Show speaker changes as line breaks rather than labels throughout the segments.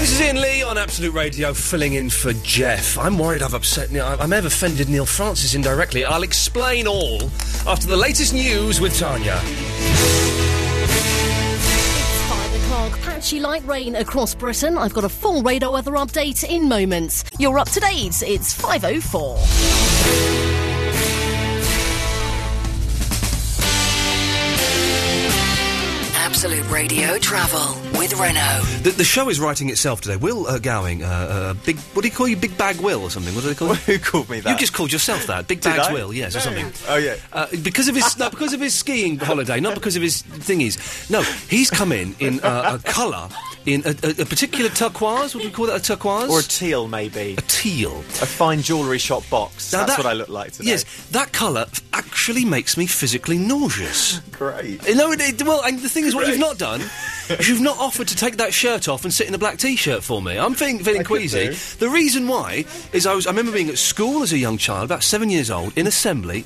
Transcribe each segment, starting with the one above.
This is Ian Lee on Absolute Radio, filling in for Jeff. I'm worried I've upset Neil. I I may have offended Neil Francis indirectly. I'll explain all after the latest news with Tanya.
Five o'clock. Patchy light rain across Britain. I've got a full radar weather update in moments. You're up to date. It's 5.04.
Absolute Radio Travel with Renault.
The, the show is writing itself today. Will uh, Gowing, uh, uh, big, what do you call you, Big Bag Will or something? What do they call you?
Who called me that?
You just called yourself that, Big
Did
Bags
I?
Will, yes, or
No.
something.
Oh, yeah.
Uh, because of his, no, because of his skiing holiday, not because of his thingies. No, he's come in in uh, a colour, in a, a, a particular turquoise. Would we call that a turquoise
Or a teal, maybe.
a teal?
A fine jewellery shop box.
Now
That's
that-
what I look like today.
Yes, that colour f- actually makes me physically nauseous.
Great.
You know, it, it- well, and the thing is, what you've not done is you've not offered to take that shirt off and sit in a black t-shirt for me. I'm feeling, feeling
I could
queasy.
do.
The reason why is I was, I remember being at school as a young child, about seven years old, in assembly.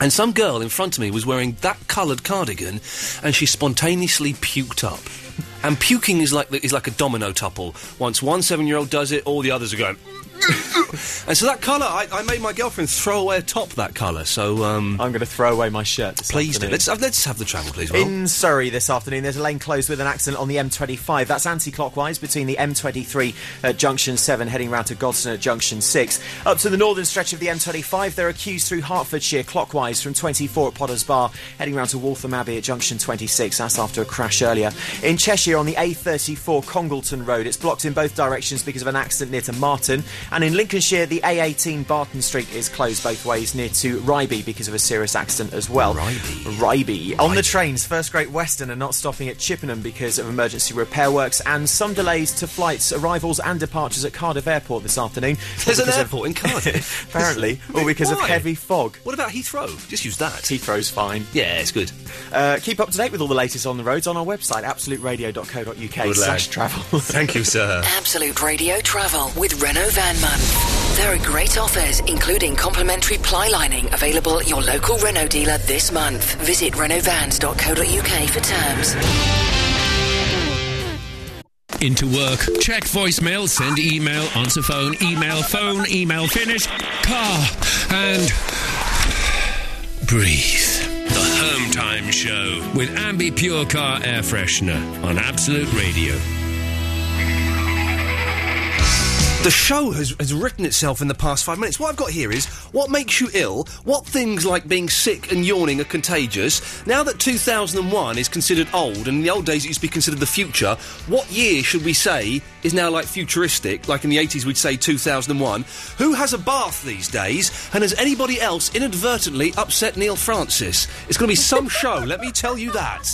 And some girl in front of me was wearing that coloured cardigan, and she spontaneously puked up. And puking is like the, is like a domino tuple. Once one seven-year-old does it, all the others are going. and so that colour, I, I made my girlfriend throw away a top that colour. So um,
I'm going to throw away my shirt. This
please do.
afternoon.
Let's have, let's have the travel, please. Will.
In Surrey this afternoon, there's a lane closed with an accident on the M25. That's anti-clockwise between the M23 at Junction 7, heading round to Godson at Junction 6. Up to the northern stretch of the M25, there are queues through Hertfordshire clockwise from 24 at Potters Bar, heading round to Waltham Abbey at Junction 26. That's after a crash earlier. In Cheshire on the A34 Congleton Road, it's blocked in both directions because of an accident near to Martin. And in Lincolnshire, the A18 Barton Street is closed both ways near to Ryby because of a serious accident as well.
Ryby.
Ryby. On the trains, First Great Western are not stopping at Chippenham because of emergency repair works and some delays to flights, arrivals, and departures at Cardiff Airport this afternoon.
There's an
Because of-
airport in Cardiff.
apparently, or because
Why?
of heavy fog.
What about Heathrow? Just use that.
Heathrow's fine.
Yeah, it's good.
Uh, keep up to date with all the latest on the roads on our website, absoluteradio.co.uk
Good lad.
slash travel.
Thank you, sir.
Absolute Radio Travel with Renault Van Month. There are great offers, including complimentary ply lining, available at your local Renault dealer this month. Visit renaultvans.co.uk for terms.
Into work. Check voicemail, send email, answer phone, email, phone, email, finish, car, and breathe. The Home Time Show with Ambi Pure Car Air Freshener on Absolute Radio.
The show has, has written itself in the past five minutes. What I've got here is what makes you ill, what things like being sick and yawning are contagious. Now that 2001 is considered old, and in the old days it used to be considered the future, what year should we say is now like futuristic? Like in the 80s we'd say 2001. Who has a bath these days? And has anybody else inadvertently upset Neil Francis? It's going to be some show, let me tell you that.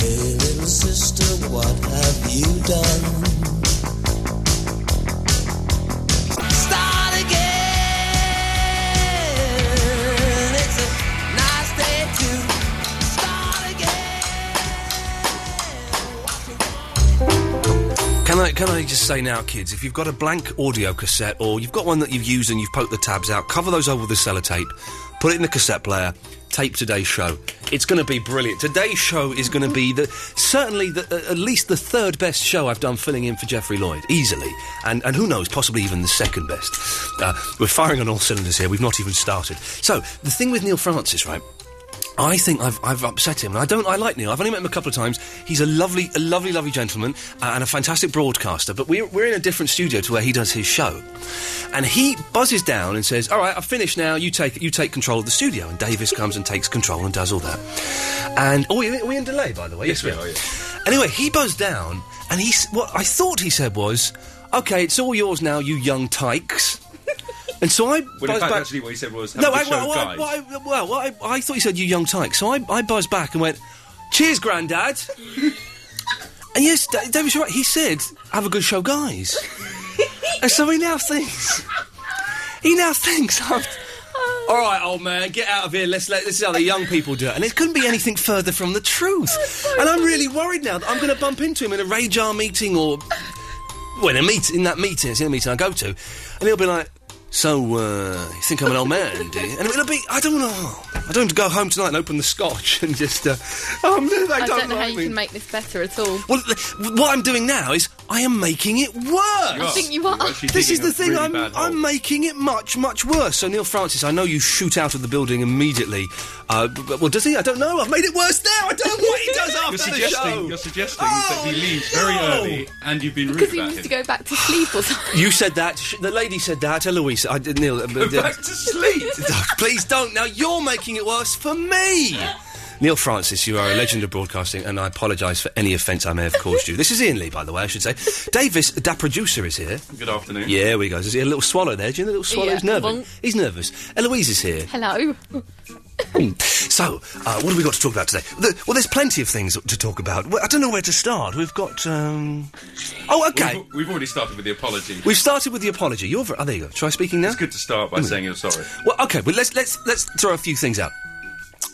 Hey little sister, what have you done? Start again. It's a nice day to start again.
Can I can I just say now, kids, if you've got a blank audio cassette or you've got one that you've used and you've poked the tabs out, cover those over with the sellotape, put it in the cassette player, tape today's show. It's going to be brilliant. Today's show is going to be the certainly the, uh, at least the third best show I've done filling in for Jeffrey Lloyd easily, and and who knows, possibly even the second best. Uh, we're firing on all cylinders here. We've not even started. So the thing with Neil Francis, right? I think I've, I've upset him. I don't. I like Neil. I've only met him a couple of times. He's a lovely, a lovely, lovely gentleman uh, and a fantastic broadcaster. But we're we're in a different studio to where he does his show, and he buzzes down and says, "All right, I've finished now. You take you take control of the studio." And Davis comes and takes control and does all that. And oh, are we in delay by the way? Yes, we are. Anyway, he buzzed down and he s- what I thought he said was, "Okay, it's all yours now, you young tykes." and so
Well,
I
in
buzzed
fact,
back-
actually, what he said was,
no,
"Have
I,
the show,
well, I,
guys."
well, I, well, I, I thought you said you young tyke, so I, I buzzed back and went, "Cheers, Grandad." and yes, Da- David's right. He said, "Have a good show, guys." and so he now thinks, he now thinks, I'm, "All right, old man, get out of here. Let's let this is how the young people do it." And it couldn't be anything further from the truth. and I'm really worried now that I'm going to bump into him in a Rajar meeting or when a meet in that meeting, it's in a meeting I go to, and he'll be like, So, uh, you think I'm an old man, do you? And it'll be, I don't know. I don't go home tonight and open the scotch and just, uh, oh, no, they
I
don't,
don't know
like
how you
me.
can make this better at all.
Well, th- what I'm doing now is I am making it worse.
You I are. think you are. You're actually
This is
digging
the
a
thing.
really
I'm
bad hole.
I'm making it much much worse. So Neil Francis, I know you shoot out of the building immediately. Uh, b- but, well, does he? I don't know. I've made it worse now. I don't know what he does after
you're
the show. Oh,
suggesting, you're suggesting that he leaves very
no!
early, and you've been rude
Because he
about
needs to
him.
go back to sleep or something.
You said that. Sh- The lady said that. Eloise, I did. Neil, uh,
Go
uh,
back to sleep.
please don't. Now you're making it worse for me. Neil Francis, you are a legend of broadcasting, and I apologise for any offence I may have caused you. This is Ian Lee, by the way, I should say. Davis, that producer, is here.
Good afternoon.
Yeah, we go. There's a little swallow there. Do you know the little swallow?
Yeah.
He's nervous.
Bonk.
He's nervous. Eloise is here.
Hello.
So, uh, what have we got to talk about today? The, well, there's plenty of things to talk about. Well, I don't know where to start. We've got. Um... Oh, okay.
We've, we've already started with the apology.
We've started with the apology. You're. ver- Oh, there you go. Try speaking now.
It's good to start by saying you're sorry.
Well, okay. Well, let's let's let's throw a few things out.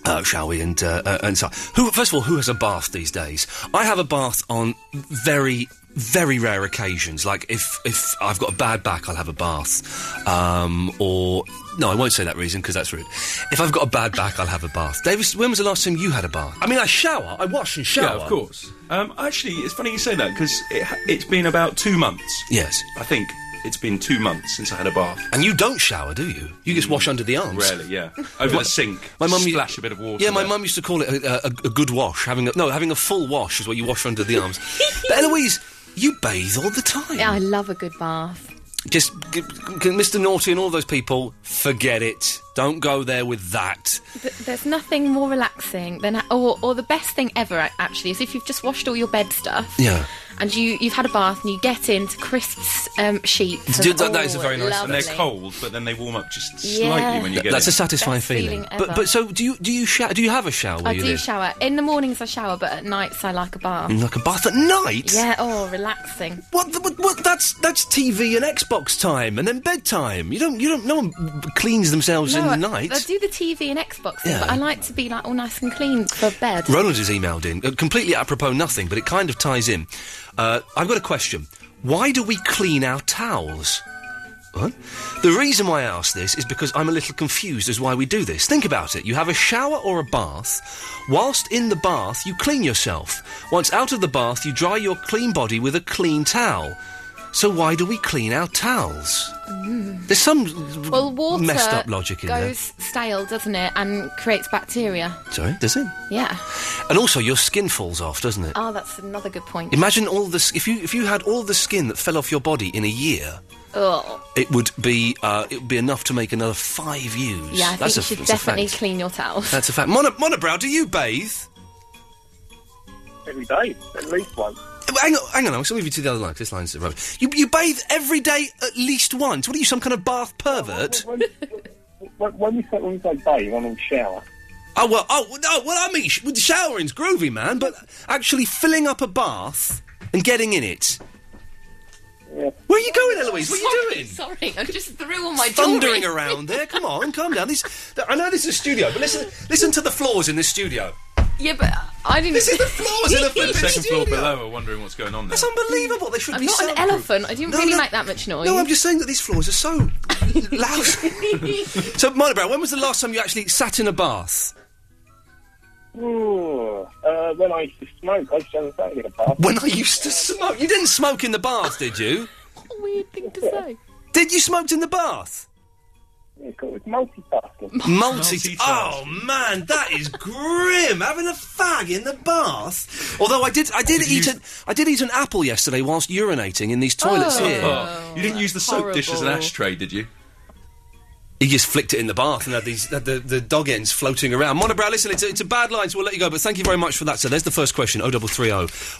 Uh, shall we? And uh, uh, and so, who first of all, who has a bath these days? I have a bath on very very rare occasions. Like if if I've got a bad back, I'll have a bath. Um, or no, I won't say that reason because that's rude. If I've got a bad back, I'll have a bath. Davis, when was the last time you had a bath? I mean, I shower, I wash and shower.
Yeah, of course. Um, actually, it's funny you say that because it, ha- it's been about two months.
Yes.
I think it's been two months since I had a bath.
And you don't shower, do you? You just wash under the arms.
Rarely, yeah. Over the sink.
My mum u-
splash a bit of water.
Yeah, my
there.
mum used to call it a, a, a good wash. Having a, no, having a full wash is what you wash under the arms. but Eloise, you bathe all the time.
Yeah, I love a good bath.
Just g- g- Mr. Naughty and all those people, forget it. Don't go there with that.
Th- There's nothing more relaxing than, ha- or, or the best thing ever a- actually, is if you've just washed all your bed stuff.
Yeah.
And you, you've had a bath and you get into crisp um, sheets.
Do-
and-
that- that is a very
oh,
nice-
And
lovely.
they're cold, but then they warm up just
Yeah.
slightly when you get
That's
in.
a satisfying
Best feeling
but
ever.
but so do you do you shower? Do you have a shower?
I
you
do shower. In the mornings I shower, but at nights I like a bath.
Like a bath at night.
Yeah, oh, relaxing.
What, the, what, what? That's that's TV and Xbox time, and then bedtime. You don't you don't. No one cleans themselves in
I,
the night.
I do the TV and Xbox, thing,
Yeah.
but I like to be like all nice and clean for bed.
Roland has emailed in, uh, completely apropos nothing, but it kind of ties in. Uh, I've got a question. Why do we clean our towels? What? The reason why I ask this is because I'm a little confused as why we do this. Think about it. You have a shower or a bath. Whilst in the bath, you clean yourself. Once out of the bath, you dry your clean body with a clean towel. So why do we clean our towels? There's some
Well, water
messed up logic in
goes stale, doesn't it, and creates bacteria.
there. Sorry, does it?
Yeah.
And also, your skin falls off, doesn't it?
Oh, that's another good point.
Imagine all the s- if you if you had all the skin that fell off your body in a year,
oh,
it would be uh, it would be enough to make another five U's.
yeah. I think
that's a,
you
f-
should
that's a
definitely
fact.
clean your towels.
That's a fact. Mono, monobrow, do you bathe?
every day, at least once.
Uh, Hang on, hang on. I'm going to move you to the other line. 'cause This line's rubbish. You you bathe every day at least once. What are you, some kind of bath pervert?
When, when, when we say when we say bathe, I mean shower.
oh well, oh well, no. Well, I mean, sh- well, showering's groovy, man, but actually filling up a bath and getting in it.
Yeah.
Where are you going, Eloise? What are you
Sorry,
doing?
Sorry, I just threw all my
thundering
jewellery.
around there. Come on, calm down. This, th- I know this is a studio, but listen, listen to the floors in this studio.
Yeah, but I didn't.
This is the floors in a flipping
The second
studio.
floor below are wondering what's going on there.
That's unbelievable. They should
I'm
be.
not an
soundproof.
elephant. I didn't
No,
really
no.
make that much noise.
No, I'm just saying that these floors are so loud. so, Monobrow, when was the last time you actually sat in a bath?
Ooh, uh, when I used to smoke, I used to have a bath in a bath.
When I used to smoke. You didn't smoke in the bath, did you?
What a weird thing to say.
Did you smoked in the bath?
It's called it's multitasking.
Multi.
Multitask.
Oh man, that is grim. Having a fag in the bath. Although I did, I did, eat
you-
an, I did eat an apple yesterday whilst urinating in these toilets
Oh.
here.
Oh, you didn't use the soap dish as an
horrible.
ashtray, did you?
He just flicked it in the bath and had these had the, the dog ends floating around. Monobrow, listen, it's a, it's a bad line, so we'll let you go. But thank you very much for that. So there's the first question: 0330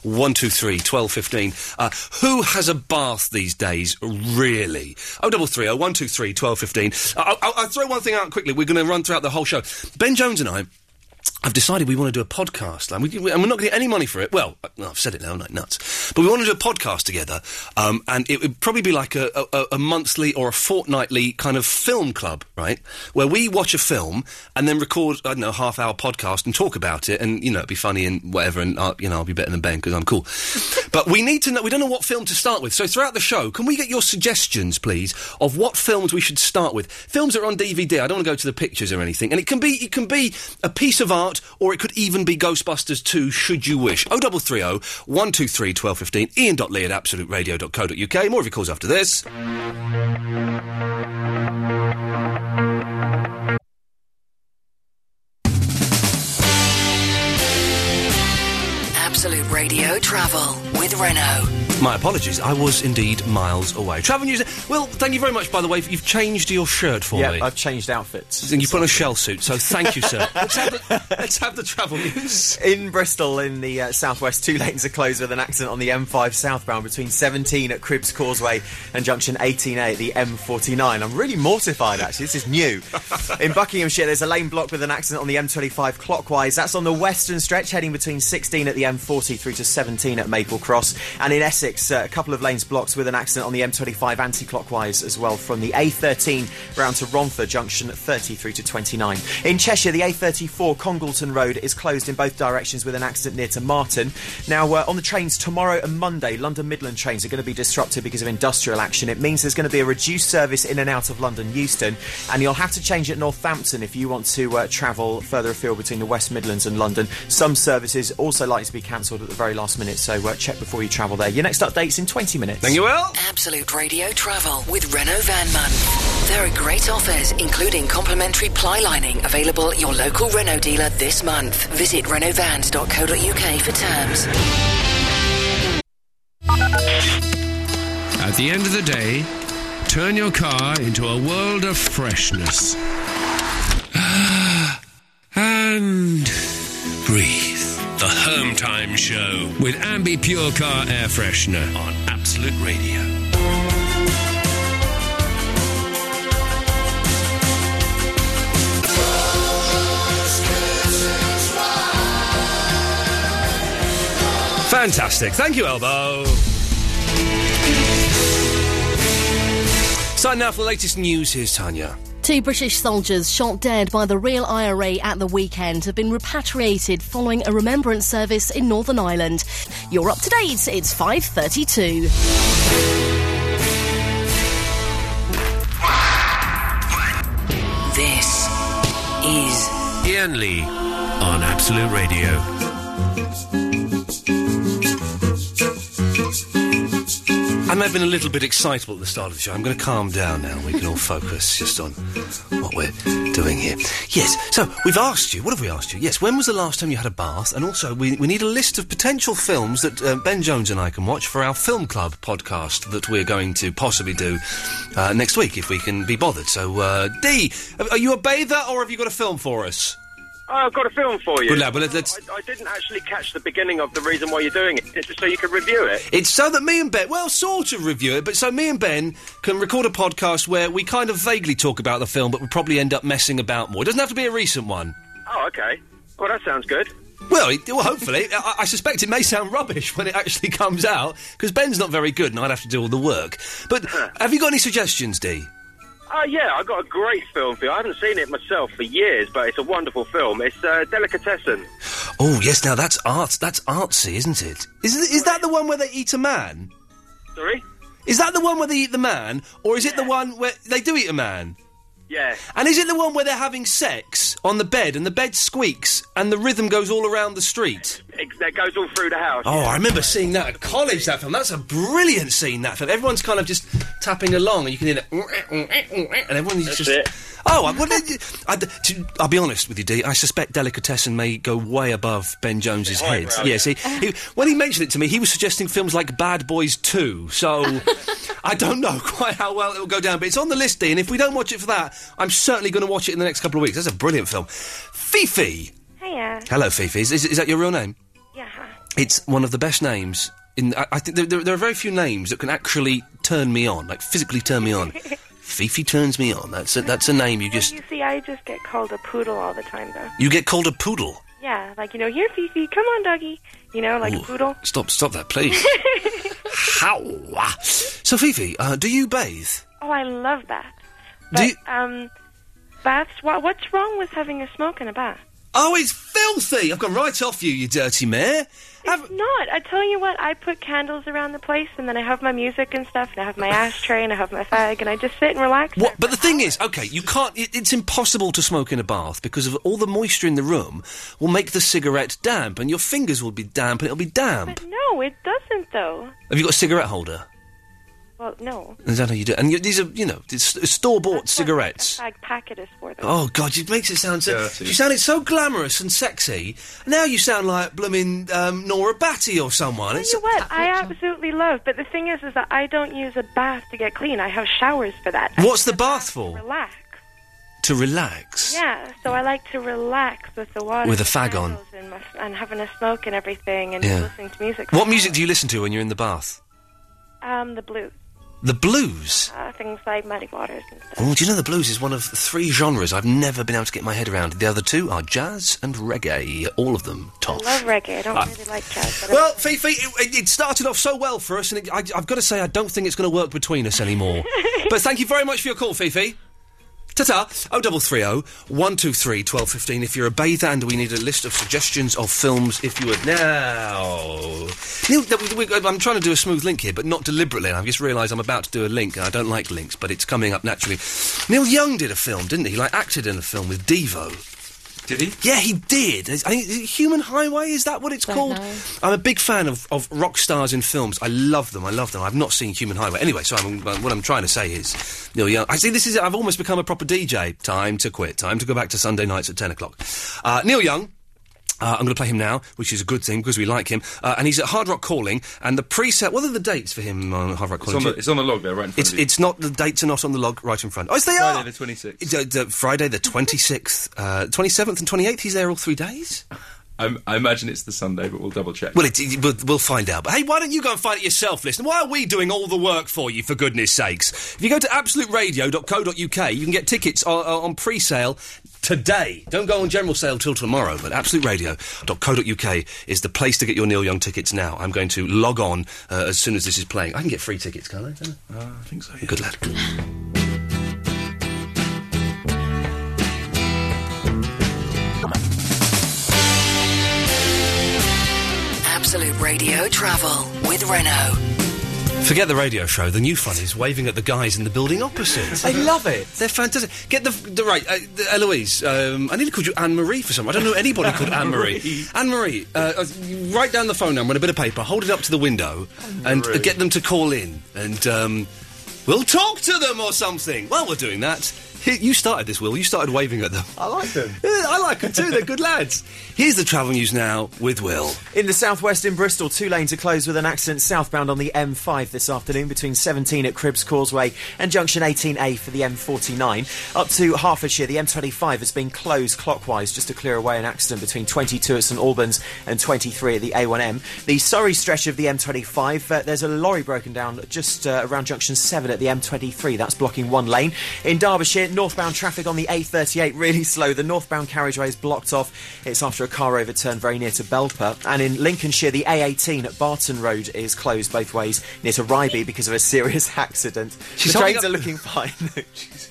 123 1215. Uh, who has a bath these days, really? 0330 123 1215. I'll, I'll, I'll throw one thing out quickly. We're going to run throughout the whole show. Ben Jones and I I've decided we want to do a podcast, and, we, we- and we're not going to get any money for it. Well, I- no, I've said it now, I'm like nuts. But we want to do a podcast together, um, and it would probably be like a, a, a monthly or a fortnightly kind of film club, right? Where we watch a film and then record, I don't know, a half hour podcast and talk about it, and, you know, it'd be funny and whatever, and, I'll, you know, I'll be better than Ben because I'm cool. but we need to know, we don't know what film to start with. So throughout the show, can we get your suggestions, please, of what films we should start with? Films that are on DVD, I don't want to go to the pictures or anything, and it can be, it can be a piece of art, or it could even be Ghostbusters 2, should you wish. 0330 123 1215, ian.lee at absoluteradio.co.uk. More of your calls after this.
Absolute Radio Travel with Renault.
My apologies, I was indeed miles away. Travel news. Well, thank you very much, by the way. for- You've changed your shirt for
yeah,
me.
I've changed outfits.
and you put on a shell suit, so thank you, sir. Let's have the, let's have the travel news.
In Bristol, in the uh, southwest, two lanes are closed with an accident on the M5 southbound between 17 at Cribs Causeway and junction 18A at the M49. I'm really mortified, actually. This is new. in Buckinghamshire, there's a lane blocked with an accident on the M25 clockwise. That's on the western stretch, heading between 16 at the M40 through to 17 at Maple Cross. And in Essex, uh, a couple of lanes blocked with an accident on the M25 anti clockwise as well from the A13 round to Romford Junction 30 through to 29. In Cheshire, the A34 Congleton Road is closed in both directions with an accident near to Martin. Now, uh, on the trains tomorrow and Monday, London Midland trains are going to be disrupted because of industrial action. It means there's going to be a reduced service in and out of London Euston, and you'll have to change at Northampton if you want to uh, travel further afield between the West Midlands and London. Some services also likely to be cancelled at the very last minute, so uh, check before you travel there. Your next update's in 20 minutes.
Thank you, Will.
Absolute Radio Travel with Renault Van Month. There are great offers, including complimentary ply lining, available at your local Renault dealer this month. Visit renaultvans.co.uk for terms.
At the end of the day, turn your car into a world of freshness. and breathe. The Home Time Show with Ambi Pure Car Air Freshener on Absolute Radio.
Fantastic. Thank you, Elbow. So now for the latest news, here's Tanya.
Two British soldiers shot dead by the real IRA at the weekend have been repatriated following a remembrance service in Northern Ireland. You're up to date. It's 5:32.
This is
Ian Lee on Absolute Radio.
I may have been a little bit excitable at the start of the show. I'm going to calm down now. We can all focus just on what we're doing here. Yes, so we've asked you, what have we asked you? Yes, when was the last time you had a bath? And also, we, we need a list of potential films that uh, Ben Jones and I can watch for our Film Club podcast that we're going to possibly do uh, next week if we can be bothered. So, uh, Dee, are- are you a bather or have you got a film for us?
Oh, I've got a film for you.
Good lad, well, let- let's-
I, I didn't actually catch the beginning of the reason why you're doing it. It's just so you can review it.
It's so that me and Ben, well, sort of review it, but so me and Ben can record a podcast where we kind of vaguely talk about the film, but we probably end up messing about more. It doesn't have to be a recent one.
Oh, okay. Well, that sounds good.
Well, it, well hopefully. I, I suspect it may sound rubbish when it actually comes out, because Ben's not very good and I'd have to do all the work. But have you got any suggestions, Dee?
Oh, yeah, I got a great film for you. I haven't seen it myself for years, but it's a wonderful film. It's uh, Delicatessen.
Oh, yes, now that's art. That's artsy, isn't it? Is, it- is that the one where they eat a man?
Sorry?
Is that the one where they eat the man, or is it the one where they do eat a man?
Yeah.
And is it the one where they're having sex on the bed and the bed squeaks and the rhythm goes all around the street?
It, that goes all through the house.
Oh, I remember seeing that at college, that film. That's a brilliant scene, that film. Everyone's kind of just tapping along and you can hear that. And everyone's
That's
just.
it.
Oh, I, well, I, I, to, I'll be honest with you, Dee. I suspect Delicatessen may go way above Ben Jones's
Highbrow,
head.
yeah.
yeah, see, he, when he mentioned it to me, he was suggesting films like Bad Boys 2. So I don't know quite how well it'll go down, but it's on the list, Dee. And if we don't watch it for that, I'm certainly going to watch it in the next couple of weeks. That's a brilliant film. Fifi.
Hiya.
Hello, Fifi. Is, is, is that your real name?
Yeah.
It's one of the best names. In I, I think there, there, there are very few names that can actually turn me on, like physically turn me on. Fifi turns me on. That's a, that's a name you just
You see, I just get called a poodle all the time, though.
you get called a poodle.
Yeah, like you know, here, Fifi, come on, doggy. You know, like
Ooh.
a poodle.
Stop, stop that, please. How? So, Fifi, uh, do you bathe?
Oh, I love that. But
Do you-
um, baths. What, what's wrong with having a smoke in a bath?
Oh, it's filthy! I've gone right off you, you dirty mare.
It's not. I tell you what, I put candles around the place, and then I have my music and stuff, and I have my ashtray, and I have my fag, and I just sit and relax.
What? But the thing is, okay, you can't. It, it's impossible to smoke in a bath because of all the moisture in the room will make the cigarette damp, and your fingers will be damp, and it'll be damp.
No, it doesn't, though.
Have you got a cigarette holder?
Well, no.
Is that how you do? it? And you, these are, you know, store bought cigarettes.
Fag packet is for them.
Oh God, it makes it sound so. You sounded so glamorous and sexy. Now you sound like blooming um, Nora Batty or someone. It's,
You know what? I absolutely love, but the thing is, is that I don't use a bath to get clean. I have showers for that. I
what's the bath for?
relax.
To relax
Yeah, so I like to relax with the water
with a fag on.
and, my, and having a smoke and everything, and
Yeah.
listening to music.
What music do you listen to when you're in the bath?
Um, the blues,
The blues.
uh, things like Muddy Waters. And stuff.
Oh, do you know the blues is one of three genres I've never been able to get my head around. The other two are jazz and reggae. All of them
I
top.
love reggae. I don't
Ah.
really like jazz. But
Well, Fifi, it, it started off so well for us, and it, I, I've got to say, I don't think it's going to work between us anymore. but thank you very much for your call, Fifi. Ta-ta. Oh, 0330 123 1215 if you're a bather and we need a list of suggestions of films if you would now. Neil, that we- we- I'm trying to do a smooth link here, but not deliberately. I've just realised I'm about to do a link and I don't like links, but it's coming up naturally. Neil Young did a film, didn't he? He, Like acted in a film with Devo. Did he? Yeah, he did. Is- I think is it Human Highway is that what it's called?
know.
I'm a big fan of, of rock stars in films. I love them. I love them. I've not seen Human Highway. Anyway, so I'm, uh, what I'm trying to say is, Neil Young. I see this is. I've almost become a proper DJ. Time to quit. Time to go back to Sunday nights at ten o'clock. Uh, Neil Young. Uh, I'm going to play him now, which is a good thing because we like him. Uh, and he's at Hard Rock Calling. And the preset. What are the dates for him on Hard Rock
It's
Calling?
on,
Do
the,
you-
it's on the log there, right in front
it's
of you.
it's not the dates are not on the log right in front. Oh, yes, they
Friday
are.
the 26th.
It's, uh, the Friday the twenty sixth, twenty seventh, and twenty eighth. He's there all three days.
I'm, I imagine it's the Sunday, but we'll double check.
Well, it, it- we'll, we'll find out. But hey, why don't you go and find it yourself, listen? Why are we doing all the work for you, for goodness sakes? If you go to absoluteradio.co.uk, you can get tickets on, on pre sale today. Don't go on general sale till tomorrow, but absoluteradio.co.uk is the place to get your Neil Young tickets now. I'm going to log on uh, as soon as this is playing. I can get free tickets, can't I? Can I?
I think so.
Good lad.
Absolute Radio Travel with Renault.
Forget the radio show. The new fun is waving at the guys in the building opposite.
I love it.
They're fantastic. Get the, the right, uh, the, Eloise. Um, I nearly called you Anne Marie for something. I don't know anybody called Anne Marie. Anne Marie, uh, uh, write down the phone number on a bit of paper, hold it up to the window, and uh,
Marie.
get them to call in, and um, we'll talk to them or something. While we're doing that, Here- you started this, Will. You started waving at them.
I like them.
Yeah, I like them too. They're good lads. Here's the travel news now with Will.
In the southwest in Bristol, two lanes are closed with an accident southbound on the M5 this afternoon between 17 at Cribbs Causeway and junction 18A for the M49. Up to Hertfordshire, the M25 has been closed clockwise just to clear away an accident between 22 at St Albans and 23 at the A1M. The Surrey stretch of the M25, uh, there's a lorry broken down just uh, around junction 7 at the M23. That's blocking one lane. In Derbyshire, northbound traffic on the A38 really slow. The northbound carriageway is blocked off. It's after a car overturn very near to Belper. And in Lincolnshire, the A18 at Barton Road is closed both ways near to Ryby because of a serious accident.
She's
the
holding
trains
up-
are looking fine.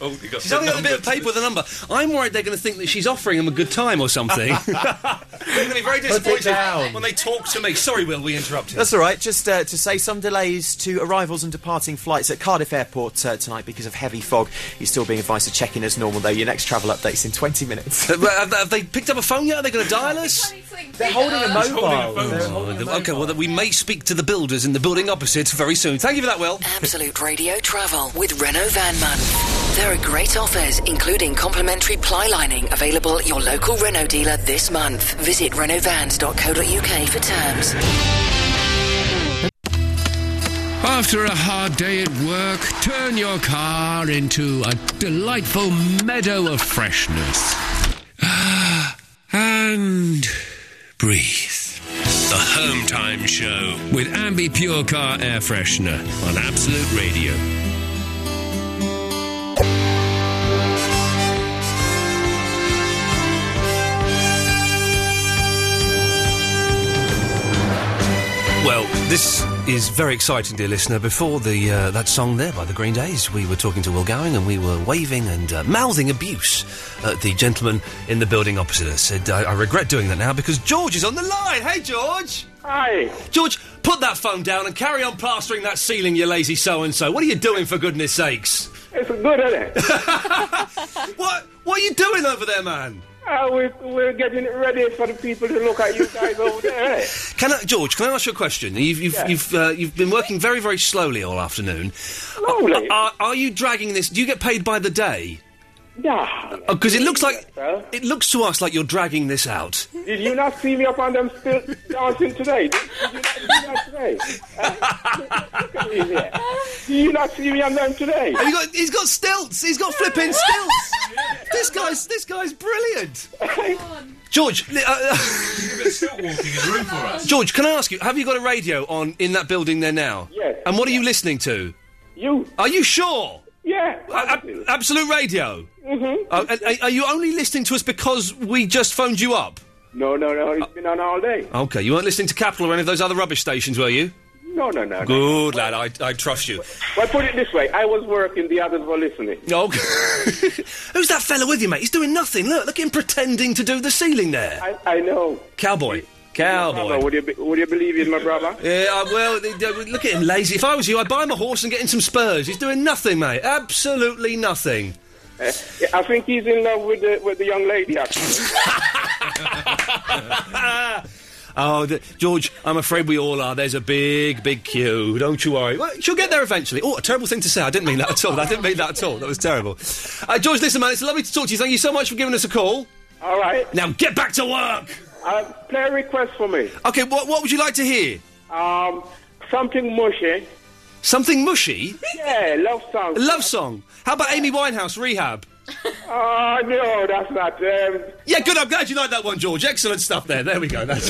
Oh, you got
She's only got a bit of
numbers.
paper with a number. I'm worried they're going to think that she's offering them a good time or something. they're going to be very
Put it
disappointed
down.
when they talk to me. Sorry, Will, we interrupted.
That's all right. Just uh, to say, some delays to arrivals and departing flights at Cardiff Airport uh, tonight because of heavy fog. You're still being advised to check in as normal, though. Your next travel update's in 20 minutes.
Uh, well, have, have they picked up a phone yet? Are they going to dial us?
They're holding a
He's
mobile. They're holding a
okay, well, then we may speak to the builders in the building opposite very soon. Thank you for that, Will.
Absolute Radio Travel with Renault Van Month. There are great offers, including complimentary ply lining, available at your local Renault dealer this month. Visit renaultvans.co.uk for terms.
After a hard day at work, turn your car into a delightful meadow of freshness. and breathe.
The Home Time Show.
With Ambi Pure Car Air Freshener on Absolute Radio.
Well, this is very exciting, dear listener. Before the uh, that song there by the Green Days, we were talking to Will Gowing and we were waving and uh, mouthing abuse at the gentleman in the building opposite us. Said, I, I regret doing that now because George is on the line. Hey, George. Hi, George. Put that phone down and carry on plastering that ceiling, you lazy so and so. What are you doing, for goodness sakes?
It's good, isn't it?
what What are you doing over there, man?
Uh, we, we're getting ready for the people to look at you guys over there, innit?
Can I, George? Can I ask you a question? You've you've
Yeah.
you've, uh, you've been working very very slowly all afternoon. Slowly. Are, are you dragging this? Do you get paid by the day?
Yeah.
Because it looks like it looks to us like you're dragging this out.
Did you not see me up on them still dancing today? Did, did you not see that today?
Uh,
Huh? Look at me here. Did you not see me on them today?
Have you got- he's got stilts. He's got flipping stilts. this guy's this guy's brilliant. George, li- uh, George, can I ask you? Have you got a radio on in that building there now?
Yes.
And what are you listening to?
You.
Are you sure?
Yeah.
Ab- Absolute Radio.
Mm-hmm.
Uh, and- and are you only listening to us because we just phoned you up?
No, no, no. It's been on all day.
Okay, you weren't listening to Capital or any of those other rubbish stations, were you?
No, no, no. no.
Good lad, I, I trust you.
Well, put it this way. I was working. The others were listening.
No. Who's that fella with you, mate? He's doing nothing. Look, look at him pretending to do the ceiling there.
I, I know.
Cowboy. Cowboy.
Brother, would you be, would you believe it, my brother?
Yeah, I- well, th- th- look at him, lazy. If I was you, I'd buy him a horse and get him some spurs. He's doing nothing, mate. Absolutely nothing.
Eh, I think he's in love with the with the young lady. Actually.
Oh, th- George, I'm afraid we all are. There's a big, big queue. Don't you worry. Well, she'll get there eventually. Oh, a terrible thing to say. I didn't mean that at all. I didn't mean that at all. That was terrible. Uh, George, listen, man, it's lovely to talk to you. Thank you so much for giving us a call.
All right.
Now get back to work.
Uh, play a request for me.
Okay, what, what would you like to hear?
Um, something mushy.
Something mushy?
Yeah, love song.
Love song. How about Amy Winehouse, Rehab?
Oh, no, that's not. Um,
Yeah, good. I'm glad you like that one, George. Excellent stuff there. There we go. That's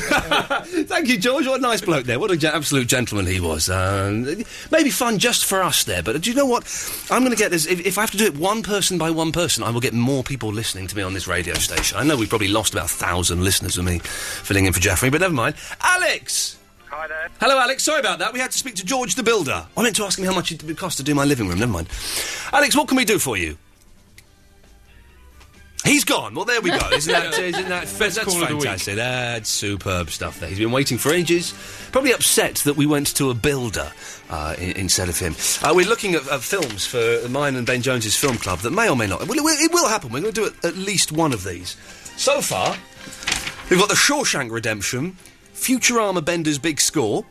Thank you, George. What a nice bloke there. What an absolute gentleman he was. Um, maybe fun just for us there. But do you know what? I'm going to get this. If, if I have to do it one person by one person, I will get more people listening to me on this radio station. I know we probably lost about a thousand listeners with me filling in for Jeffrey, but never mind. Alex!
Hi there.
Hello, Alex. Sorry about that. We had to speak to George the Builder. I meant to ask him how much it would cost to do my living room. Never mind. Alex, what can we do for you? He's gone. Well, there we go. Isn't that, isn't that
Best
that's
call of the week.
fantastic? That's superb stuff there. He's been waiting for ages. Probably upset that we went to a builder uh, in, instead of him. Uh, we're looking at, at films for mine and Ben Jones's film club that may or may not. Well, it, will- it will happen. We're going to do at, at least one of these. So far, we've got The Shawshank Redemption, Futurama Bender's Big Score,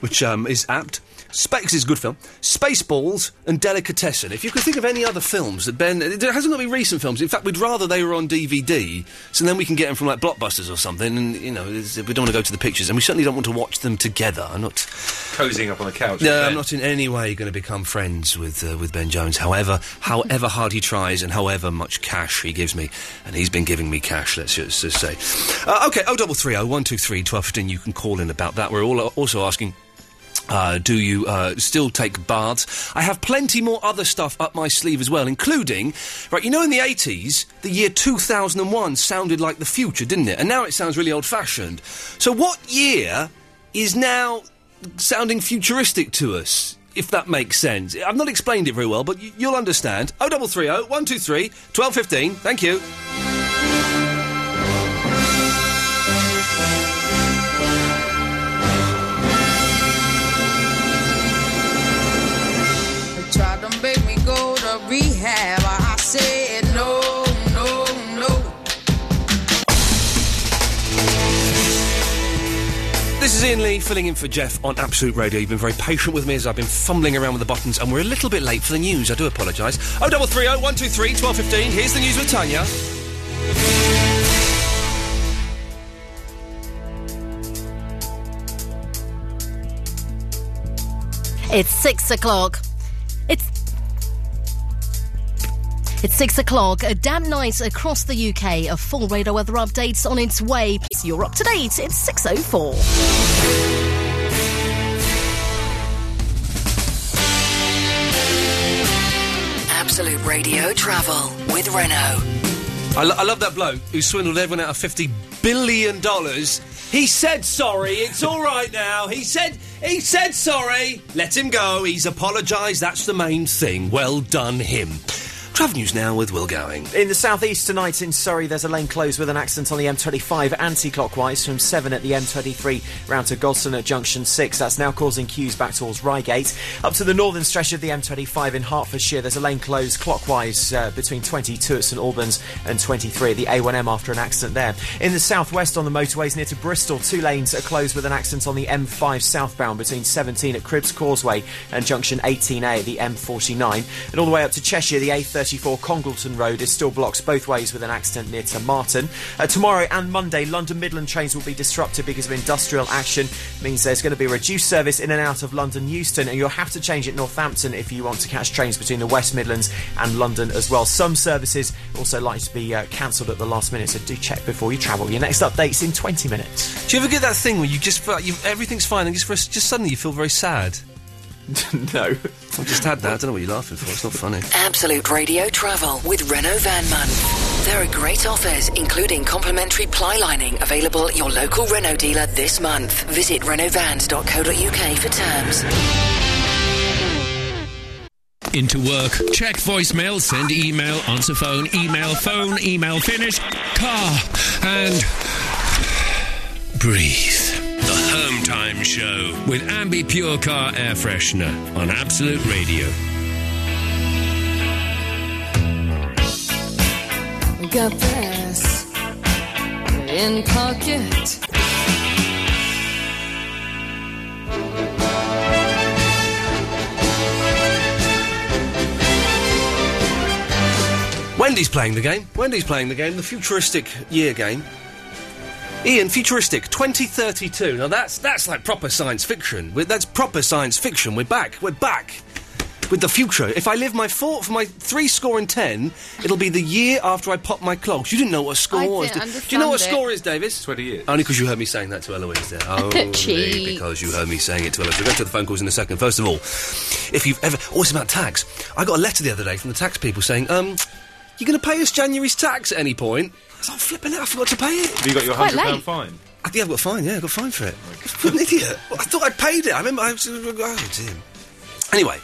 which um, is apt. Specs is a good film. Spaceballs and Delicatessen. If you could think of any other films that Ben, there hasn't got to be recent films. In fact, we'd rather they were on DVD, so then we can get them from like blockbusters or something. And you know, it's- we don't want to go to the pictures, and we certainly don't want to watch them together. I'm not.
Cozying up on the couch.
No, I'm not in any way going to become friends with uh, with Ben Jones. However, however hard he tries and however much cash he gives me, and he's been giving me cash. Let's just, just say, uh, okay, oh double three oh one two three twelve fifteen. You can call in about that. We're all also asking. Uh, do you uh, still take baths? I have plenty more other stuff up my sleeve as well, including, right, you know, in the 80s, the year 2001 sounded like the future, didn't it? And now it sounds really old fashioned. So, what year is now sounding futuristic to us, if that makes sense. I've not explained it very well, but y- you'll understand. 0330 123 1215. Thank you.
They tried to make me go to rehab. I said no, no, no.
This is Ian Lee filling in for Jeff on Absolute Radio. You've been very patient with me as I've been fumbling around with the buttons, and we're a little bit late for the news. I do apologise. 0330 123 1215. Here's the news with Tanya.
It's six o'clock. It's. It's six o'clock. A damp night across the UK. A full radar weather updates on its way. You're up to date. It's six oh four.
Absolute Radio travel with Renault.
I, lo- I love that bloke who swindled everyone out of $50 billion He said sorry. It's all right now. He said he said sorry. Let him go. He's apologised. That's the main thing. Well done, him. Travel news now with Will Going.
In the southeast tonight in Surrey, there's a lane closed with an accident on the M25 anti clockwise from 7 at the M23 round to Godson at junction 6. That's now causing queues back towards Reigate. Up to the northern stretch of the M25 in Hertfordshire, there's a lane closed clockwise uh, between 22 at St Albans and 23 at the A1M after an accident there. In the southwest on the motorways near to Bristol, two lanes are closed with an accident on the M5 southbound between 17 at Cribs Causeway and junction 18A at the M49. And all the way up to Cheshire, the A30. 34 Congleton Road is still blocked both ways with an accident near to Martin. Uh, tomorrow and Monday, London Midland trains will be disrupted because of industrial action. means there's going to be reduced service in and out of London Euston, and you'll have to change at Northampton if you want to catch trains between the West Midlands and London as well. Some services also like to be uh, cancelled at the last minute, so do check before you travel. Your next update's in 20 minutes.
Do you ever get that thing where you just feel you everything's fine and just, for, a s- just suddenly you feel very sad?
no.
I just had that. I don't know what you're laughing for. It's not funny.
Absolute Radio Travel with Renault Van Month. There are great offers, including complimentary ply lining, available at your local Renault dealer this month. Visit renaultvans.co.uk for terms.
Into work. Check voicemail, send email, answer phone, email, phone, email, finish, car, and breathe.
The Home Time Show.
With Ambi Pure Car Air Freshener on Absolute Radio.
Got this in pocket.
Wendy's playing the game. Wendy's playing the game, the futuristic year game. Ian, futuristic 2032. Now that's that's like proper science fiction. we that's proper science fiction. We're back. We're back with the future. If I live my four, for my three score and ten, it'll be the year after I pop my clogs. You didn't know what a score
I
was.
didn't
did- Do you know what a
understand
score is, Davis? 20 years. Only because you heard me saying that to Eloise there. Only
Cheek.
because you heard me saying it to Eloise. We'll go to the phone calls in a second. First of all, if you've ever. Oh, it's about tax. I got a letter the other day from the tax people saying, um, you're going to pay us January's tax at any point. I was like, flipping it, I forgot to pay it.
Have you got your
Quite
hundred pound
late.
fine?
I think I've got fined, yeah, I got fined for it. What an idiot. I thought I'd paid it. I remember I was. Oh, dear. Anyway,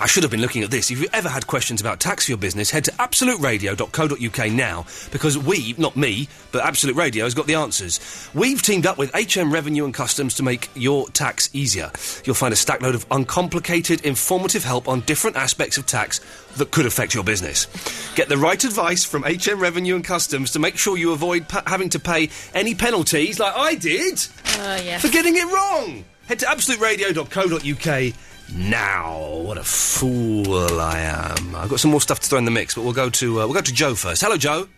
I should have been looking at this. If you've ever had questions about tax for your business, head to absoluteradio.co.uk now because we, not me, but Absolute Radio has got the answers. We've teamed up with HM Revenue and Customs to make your tax easier. You'll find a stack load of uncomplicated, informative help on different aspects of tax that could affect your business. Get the right advice from HM Revenue and Customs to make sure you avoid pa- having to pay any penalties like I did
Oh, yeah.
for getting it wrong. Head to absoluteradio.co.uk now. What a fool I am. I've got some more stuff to throw in the mix, but we'll go to uh, we'll go to Joe first. Hello, Joe.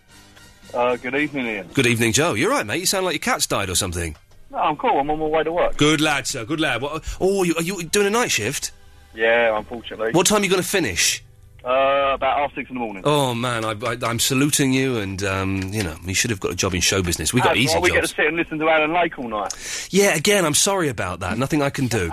Uh, good evening, Ian.
Good evening, Joe. You're right, mate. You sound like your cat's died or something.
No, I'm cool. I'm on my way to work.
Good lad, sir. Good lad. What, oh, you, are you doing a night shift?
Yeah, unfortunately.
What time are you going to finish?
Uh, about half six in the morning.
Oh man, I, I, I'm saluting you, and um, you know you should have got a job in show business. We got
That's
easy
why We get
jobs.
to sit and listen to Alan Lake all night.
Yeah, again, I'm sorry about that. Nothing I can do.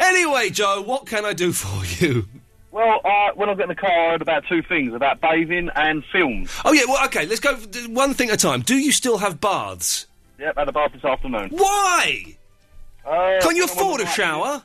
anyway, Joe, what can I do for you?
Well, uh, when I got in the car, I heard about two things about bathing and films.
Oh yeah, well okay, let's go f- d- one thing at a time. Do you still have baths?
Yep, had a bath this afternoon.
Why?
Uh,
Can't you
when I
afford a
woke up-
shower?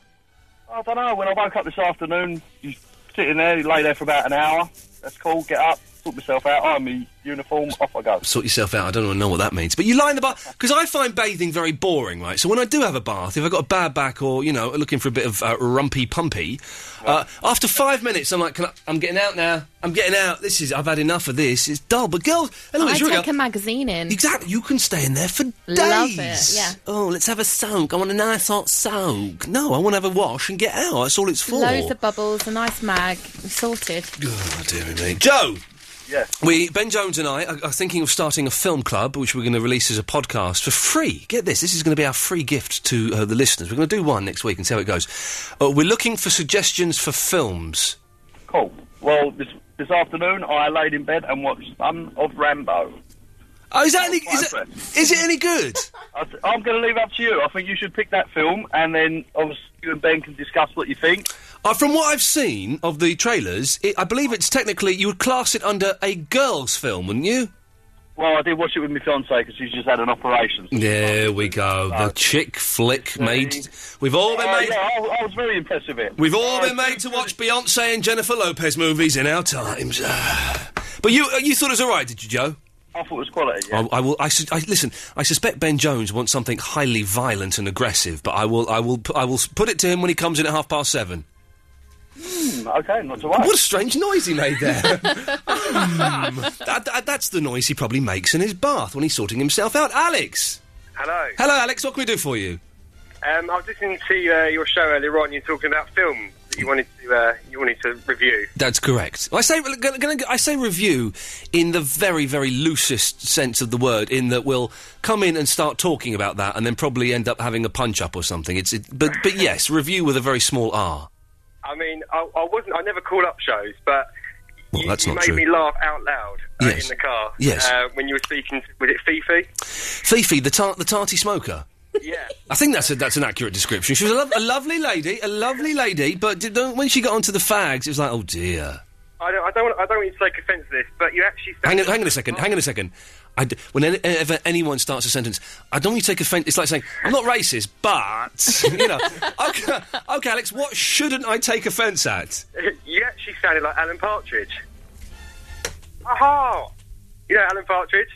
I don't know. When I woke up this afternoon, just sitting there, lay there for about an hour. That's cool. Get up, sort myself out. I'm in uniform. Off I go.
Sort yourself out. I don't know what that means, but you lie in the bath because I find bathing very boring, right? So when I do have a bath, if I've got a bad back or you know looking for a bit of uh, rumpy pumpy, uh, after five minutes I'm like, can I, I'm getting out now. I'm getting out. This is I've had enough of this. It's dull. But girls,
I
Eloise, you're a
take
girl.
a magazine in.
Exactly. You can stay in there for days.
Love it, yeah.
Oh, let's have a soak. I want a nice hot soak. No, I want to have a wash and get out. That's all it's for.
Loads of bubbles, a nice mag, sorted.
Oh, dear me. Joe!
Yeah.
We, Ben Jones and I are, are thinking of starting a film club, which we're going to release as a podcast for free. Get this, this is going to be our free gift to uh, the listeners. We're going to do one next week and see how it goes. Uh, we're looking for suggestions for films.
Cool. Well, this this afternoon, I laid in bed and watched Son of Rambo.
Oh, is that any, is, it, is it any good?
I th- I'm going to leave it up to you. I think you should pick that film, and then obviously you and Ben can discuss what you think.
Uh, from what I've seen of the trailers, it, I believe it's technically, you would class it under a girls' film, wouldn't you?
Well, I did watch it with my fiancee because she's just had an operation.
There we go. The chick flick made. We've all been
Uh,
made.
yeah, I, I was very impressed with it.
We've all
Uh,
been made to watch Beyonce and Jennifer Lopez movies in our times. Ah. but you, uh, you thought it was all right, did you, Joe?
I thought it was quality. Yeah.
I, I will. I, su- I listen. I suspect Ben Jones wants something highly violent and aggressive, but I will. I will. pu- I will s- put it to him when he comes in at half past seven.
Hmm, okay, not to worry.
What a strange noise he made there.
Ah.
Hmm. That- that- that's the noise he probably makes in his bath when he's sorting himself out. Alex.
Hello.
Hello, Alex. What can we do for you?
Um, I was listening to uh, your show earlier on. You're talking about films that you wanted to uh, you wanted to review.
That's correct. I say gonna, gonna- I say review in the very very loosest sense of the word, in that we'll come in and start talking about that, and then probably end up having a punch up or something. It's it, but but yes, review with a very small r.
I mean, I, I wasn't. I never call up shows, but
Well, that's
you
not
made
true.
me laugh out loud uh,
Yes.
in the car.
Yes.
Uh, when you were speaking, to, was it Fifi?
Fifi, the tar- the tarty smoker.
Yeah.
I think that's a, that's an accurate description. She was a, lo- a lovely lady, a lovely lady, but did, don't, when she got onto the fags, it was like, oh dear.
I don't. I don't. Want, I don't want you to take offence to this, but you actually.
Hang on, hang on a second. Hang on a second. I d- whenever anyone starts a sentence, I don't want you to take offence. It's like saying, I'm not racist, but, you know. okay, okay, Alex, what shouldn't I take offence at?
you actually sounded like Alan Partridge. Aha! You know Alan Partridge.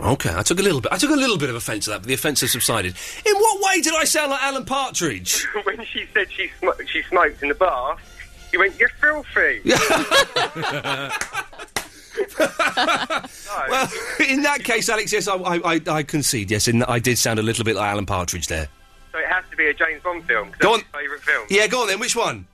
Okay, I took a little bit. I took a little bit of offence at that, but the offence has subsided. In what way did I sound like Alan Partridge?
when she said she sm- she smoked in the bath, you went, "You're filthy."
Well, in that case, Alex, yes, I, I, I, I concede. Yes, in that I did sound a little bit like Alan Partridge there.
so it has to be a James Bond film. 'cause
Go
that's His favourite film.
Yeah, go on then. Which one?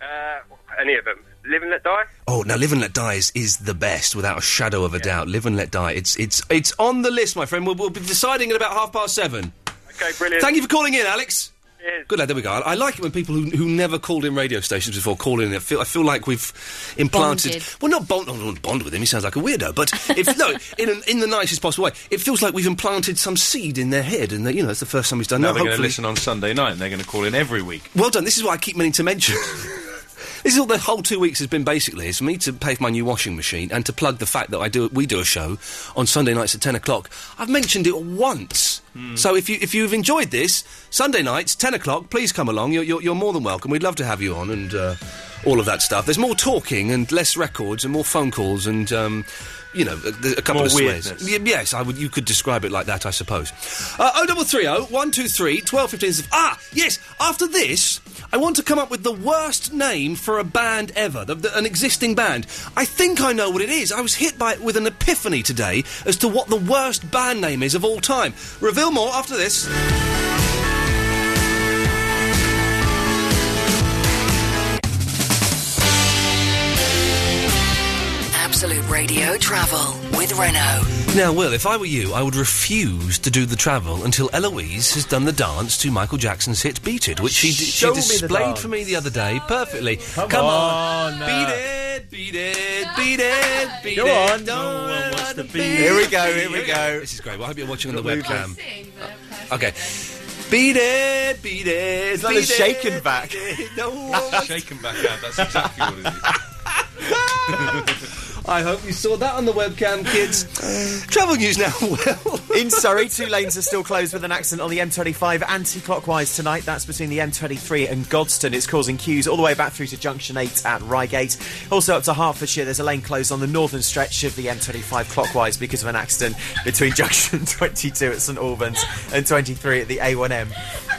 Uh, any of them. Live and Let Die.
Oh, now Live and Let Die is, is the best, without a shadow of a doubt. Live and Let Die. It's it's it's on the list, my friend. We'll, we'll be deciding at about half past seven.
Okay, brilliant.
Thank you for calling in, Alex.
Cheers.
Good lad. There we go. I, I like it when people who, who never called in radio stations before call in. I feel I feel like we've implanted.
Bonded.
Well, not bond. I don't want to bond with him. He sounds like a weirdo. But if no, in an, in the nicest possible way, it feels like we've implanted some seed in their head, and that you know it's the first time he's done
now
that.
they're going to
Hopefully-
listen on Sunday night and they're going to call in every week.
well done. This is what I keep meaning to mention. this is all the whole two weeks has been basically is for me to pay for my new washing machine and to plug the fact that I do we do a show on Sunday nights at ten o'clock. I've mentioned it once.
Hmm. Mm.
So if you if you've enjoyed this Sunday nights ten o'clock, please come along. You're, you're, you're more than welcome. We'd love to have you on and uh, all of that stuff. There's more talking and less records and more phone calls and um, you know a, a couple
More
of swears.
weirdness.
Y- yes, I would. You could describe it like that, I suppose. Oh double three oh one two three twelve fifteen. Ah, yes. After this, I want to come up with the worst name for a band ever, the, the- an existing band. I think I know what it is. I was hit by it with an epiphany today as to what the worst band name is of all time. Reveal more after this.
Absolute Radio Travel with Renault.
Now, Will, if I were you, I would refuse to do the travel until Eloise has done the dance to Michael Jackson's hit "Beat It," which she, d- she
Show me the
displayed
dance.
for me the other day perfectly. Come,
on,
beat
uh,
it, beat it, beat it, beat
Go
it.
on.
Don't
No one wants to
wanna
beat it. Here we go,
beat
here we
it.
go.
This is great. Well, I hope you're watching on the
Good movement.
webcam. Uh, Okay. Beat it, beat it.
It's like
beat
a shaken
it,
back.
beat it. No one wants
Shaken back out. That's exactly what it is.
I hope you saw that on the webcam, kids. Travel news now, well.
In Surrey, two lanes are still closed with an accident on the M25 anti clockwise tonight. That's between the M23 and Godstone. It's causing queues all the way back through to Junction 8 at Reigate. Also up to Hertfordshire, there's a lane closed on the northern stretch of the M25 clockwise because of an accident between Junction 22 at St Albans and 23 at the A1M.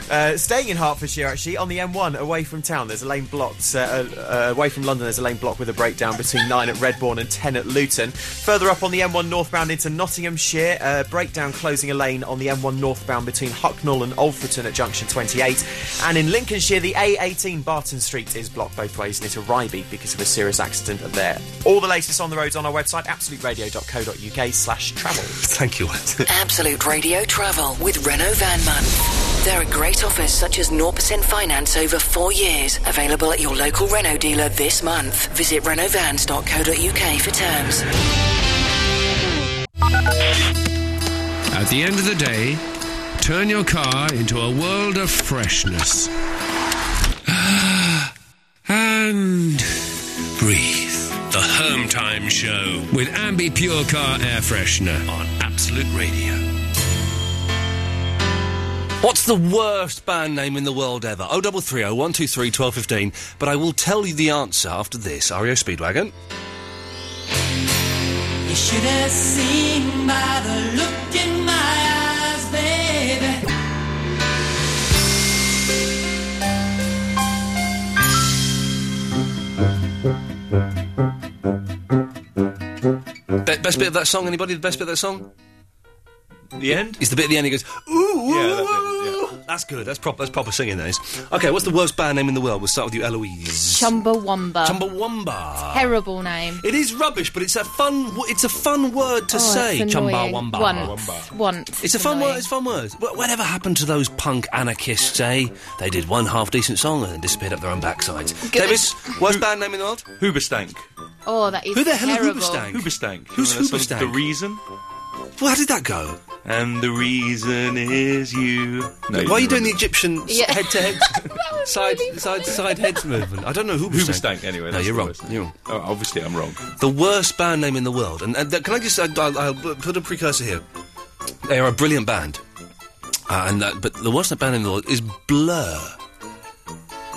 Uh, staying in Hertfordshire, actually, on the M1 away from town, there's a lane blocked. Uh, uh, away from London, there's a lane blocked with a breakdown between 9 at Redbourne and 10 at Luton. Further up on the M1 northbound into Nottinghamshire, uh, breakdown closing a lane on the M1 northbound between Hucknall and Alfreton at junction 28. And in Lincolnshire, the A18 Barton Street is blocked both ways near to Ryby because of a serious accident there. All the latest on the roads on our website, absoluteradio.co.uk slash travel.
Thank you.
Absolute Radio Travel with Renault Van Month. There are great offers such as 0% finance over four years available at your local Renault dealer this month. Visit renaultvans.co.uk for terms.
At the end of the day, turn your car into a world of freshness. and breathe the Home Time Show with Ambi Pure Car Air Freshener on Absolute Radio.
What's the worst band name in the world ever? Oh, 0330 123 1215. But I will tell you the answer after this. REO Speedwagon.
You should have seen by the look in my eyes, baby.
Be- best bit of that song, anybody? The best bit of that song?
The end?
It's the bit at the end. He goes, ooh, yeah, That's good. That's proper. That's proper singing. That is. Okay. What's the worst band name in the world? We'll start with you, Eloise.
Chumbawamba.
Chumbawamba.
Terrible name.
It is rubbish, but it's a fun. w- It's a fun word to
Oh,
say.
it's annoying.
Chumbawamba.
Once. Once.
It's a fun
annoying.
word. It's a fun word. Wh- Whatever happened to those punk anarchists? Eh? They did one half decent song and then disappeared up their own backsides. Davis, worst band name in the world?
Hoobastank.
Oh, that is
Who the hell is
terrible.
Hoobastank?
Hoobastank.
Who's
You know that song,
Hoobastank?
The reason.
Well, how did that go?
And the reason is you.
Why are you doing the Egyptian s-
Yeah.
head-to-head side side side heads movement? I don't know who was
Hoobastank, anyway.
No,
that's
you're
the
wrong.
worst.
You're wrong.
Oh, obviously, I'm wrong.
The worst band name in the world, and, and that- can I just I, I'll, I'll put a precursor here? They are a brilliant band, uh, and that, but the worst band in the world is Blur.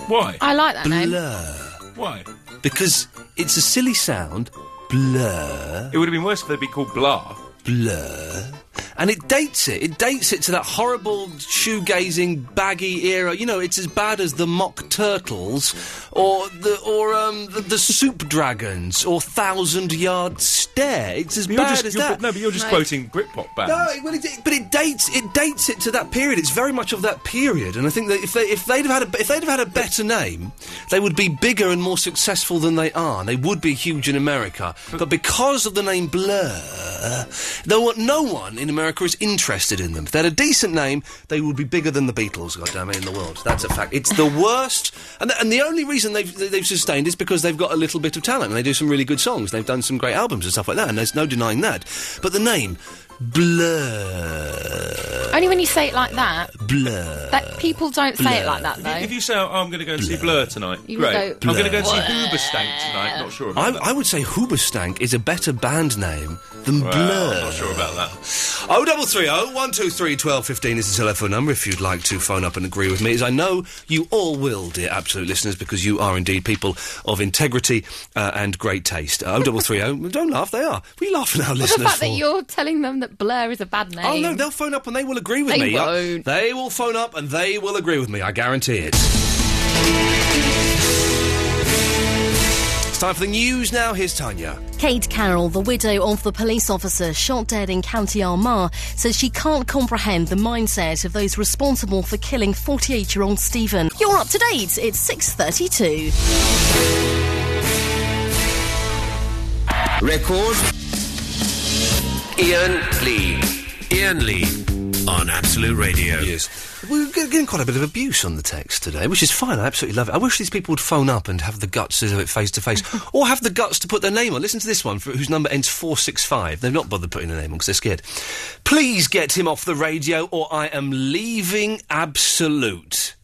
Why?
I like that name.
Blur.
Why?
Because it's a silly sound. Blur.
It would have been worse if they'd been called Blah.
Blur. And it dates it. It dates it to that horrible shoegazing baggy era. You know, it's as bad as the Mock Turtles, or the or um the, the Soup Dragons, or Thousand Yard Stare. It's as
You're
bad
just-
as
you're-
that.
No, but you're just quoting Britpop bands.
No, it, well, it, it- but it dates it dates it to that period. It's very much of that period, and I think that if they if they'd have had a, if they'd have had a better name, they would be bigger and more successful than they are. and They would be huge in America, but, because of the name Blur, no one, no one in America is interested in them. If they had a decent name, they would be bigger than the Beatles. God damn it, in the world, that's a fact. It's the worst, and the, and the only reason they've they- they've sustained is because they've got a little bit of talent and they do some really good songs. They've done some great albums and stuff like that, and there's no denying that. But the name. Blur.
Only when you say it like that,
Blur.
that people don't say it like that
If you- If
though.
you say, oh, I'm going to go and see Blur tonight,
You would
great.
go,
I'm going to go and see
Blur.
Hoobastank tonight. Not sure about
I, I would say Hoobastank is a better band name than
Well,
Blur.
I'm not sure about that.
Oh, double three oh one two three twelve fifteen is the telephone number. If you'd like to phone up and agree with me, as I know you all will, dear absolute listeners, because you are indeed people of integrity uh, and great taste. Oh, double three oh, don't laugh. They are. We laugh at our
Well,
listeners.
the fact that
for-
you're telling them that Blur is a bad name.
Oh no, they'll phone up and they will agree with
They
me. I-
won't.
They will phone up and they will agree with me. I guarantee it. It's time for the news now. Here's Tanya.
Kate Carroll, the widow of the police officer shot dead in County Armagh, says she can't comprehend the mindset of those responsible for killing 48-year-old Stephen. You're up to date. It's 6:32.
Record. Ian Lee. Ian Lee on Absolute Radio.
Yes. We're g- getting quite a bit of abuse on the text today, which is fine. I absolutely love it. I wish these people would phone up and have the guts to do it face to face, or have the guts to put their name on. Listen to this one, for, whose number ends four six five. They've not bothered putting their name on because they're scared. Please get him off the radio, or I am leaving Absolute.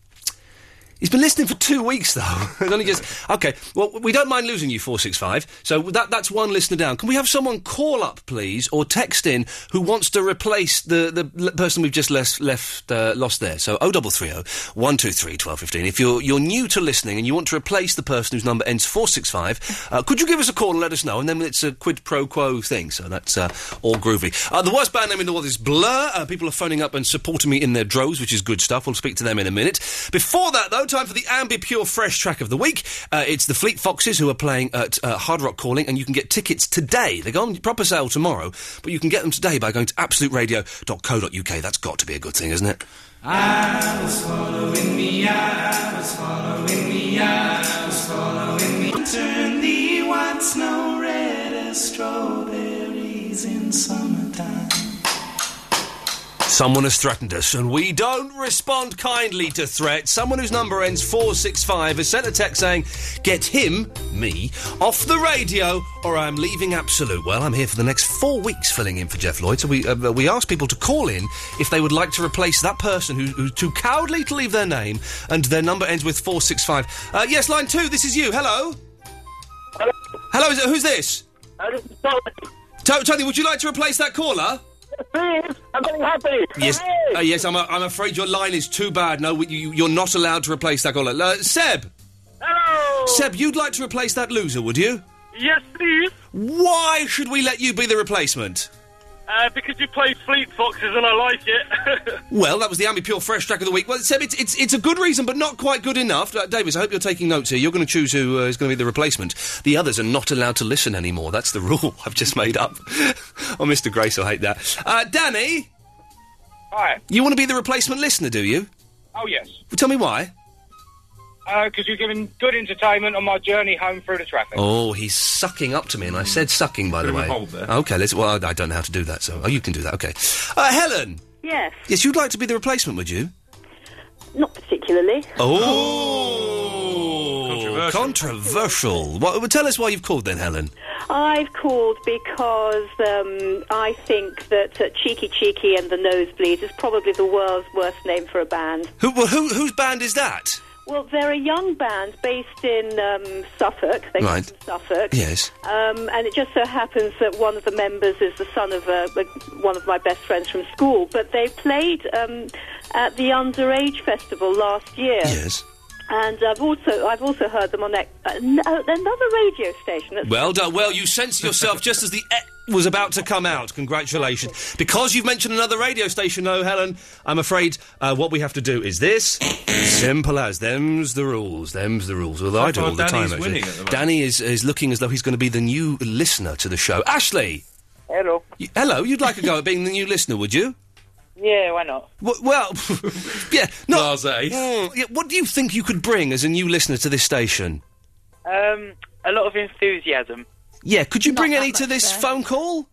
He's been listening for two weeks though. It's only just okay. Well, we don't mind losing you four six five. So that that's one listener down. Can we have someone call up, please, or text in who wants to replace the the l- person we've just less, left uh, lost there? So oh double three oh one two three twelve fifteen. If you're you're new to listening and you want to replace the person whose number ends four six five, uh, could you give us a call and let us know? And then it's a quid pro quo thing. So that's uh, all groovy. Uh, the worst band name in the world is Blur. Uh, people are phoning up and supporting me in their droves, which is good stuff. We'll speak to them in a minute. Before that, though, time for the Ambi Pure Fresh track of the week. Uh, it's the Fleet Foxes who are playing at uh, Hard Rock Calling, and you can get tickets today. They go on proper sale tomorrow, but you can get them today by going to absoluteradio.co.uk. That's got to be a good thing, isn't it?
I was following me, I was following me, I was following me. Turn the white snow red as strawberries in summertime.
Someone has threatened us, and we don't respond kindly to threats. Someone whose number ends 465 has sent a text saying, Get him, me, off the radio, or I'm leaving Absolute. Well, I'm here for the next four weeks filling in for Jeff Lloyd, so we, uh, we asked people to call in if they would like to replace that person who, who's too cowardly to leave their name, and their number ends with 465. Uh, yes, line two, this is you. Hello. Hello, is it, who's this? To- Tony, would you like to replace that caller?
Please, I'm getting happy.
Yes, uh, yes. I'm, I'm afraid your line is too bad. No, we- you, you're not allowed to replace that caller. Uh, Seb.
Hello.
Seb, you'd like to replace that loser, would you?
Yes, please.
Why should we let you be the replacement?
Uh, because you play Fleet Foxes and I like it.
Well, that was the Ambi Pure Fresh track of the week. Well, Seb, it's, it's, it's a good reason, but not quite good enough. Uh, Davis, I hope you're taking notes here. You're going to choose who uh, is going to be the replacement. The others are not allowed to listen anymore. That's the rule I've just made up. oh, Mr. Grace will hate that. Uh, Danny?
Hi.
You want to be the replacement listener, do you?
oh, yes. Uh,
Well, tell me why.
Because you're giving good entertainment on my journey home through the traffic.
Oh, he's sucking up to me, and I said sucking, by
Put
the
him in
way.
a hole there.
Okay, let's. Well, I- I don't know how to do that, so. Oh, you can do that, okay. Uh, Helen!
Yes,
Yes, you'd like to be the replacement, would you?
not particularly.
Oh, controversial. Well, well, tell us why you've called then, Helen.
I've called because um, I think that uh, Cheeky Cheeky and the Nosebleeds is probably the world's worst name for a band.
Who, well, who, whose band is that?
Well, they're a young band based in um, Suffolk. They come
Right.
from Suffolk.
Yes.
Um, and it just so happens that one of the members is the son of uh, like, one of my best friends from school. But they played um, at the Underage Festival last year.
Yes.
And I've also I've also heard them on that, uh, n- uh, another radio station. That's
Well done. Well, you censored yourself just as the e was about to come out. Congratulations. Because you've mentioned another radio station, though, Helen, I'm afraid uh, what we have to do is this. Simple as. Them's the rules. Them's the rules. Although
So
I do
far,
all the
Danny's
time,
winning
actually.
at the moment.
Danny is, is looking as though he's going to be the new listener to the show. Ashley!
Hello.
Y- hello, you'd like a go at being the new listener, would you?
Yeah, why not?
Well, well yeah, not. Mm, yeah, what do you think you could bring as a new listener to this station?
Um, a lot of enthusiasm.
Yeah, could you bring any to this phone call?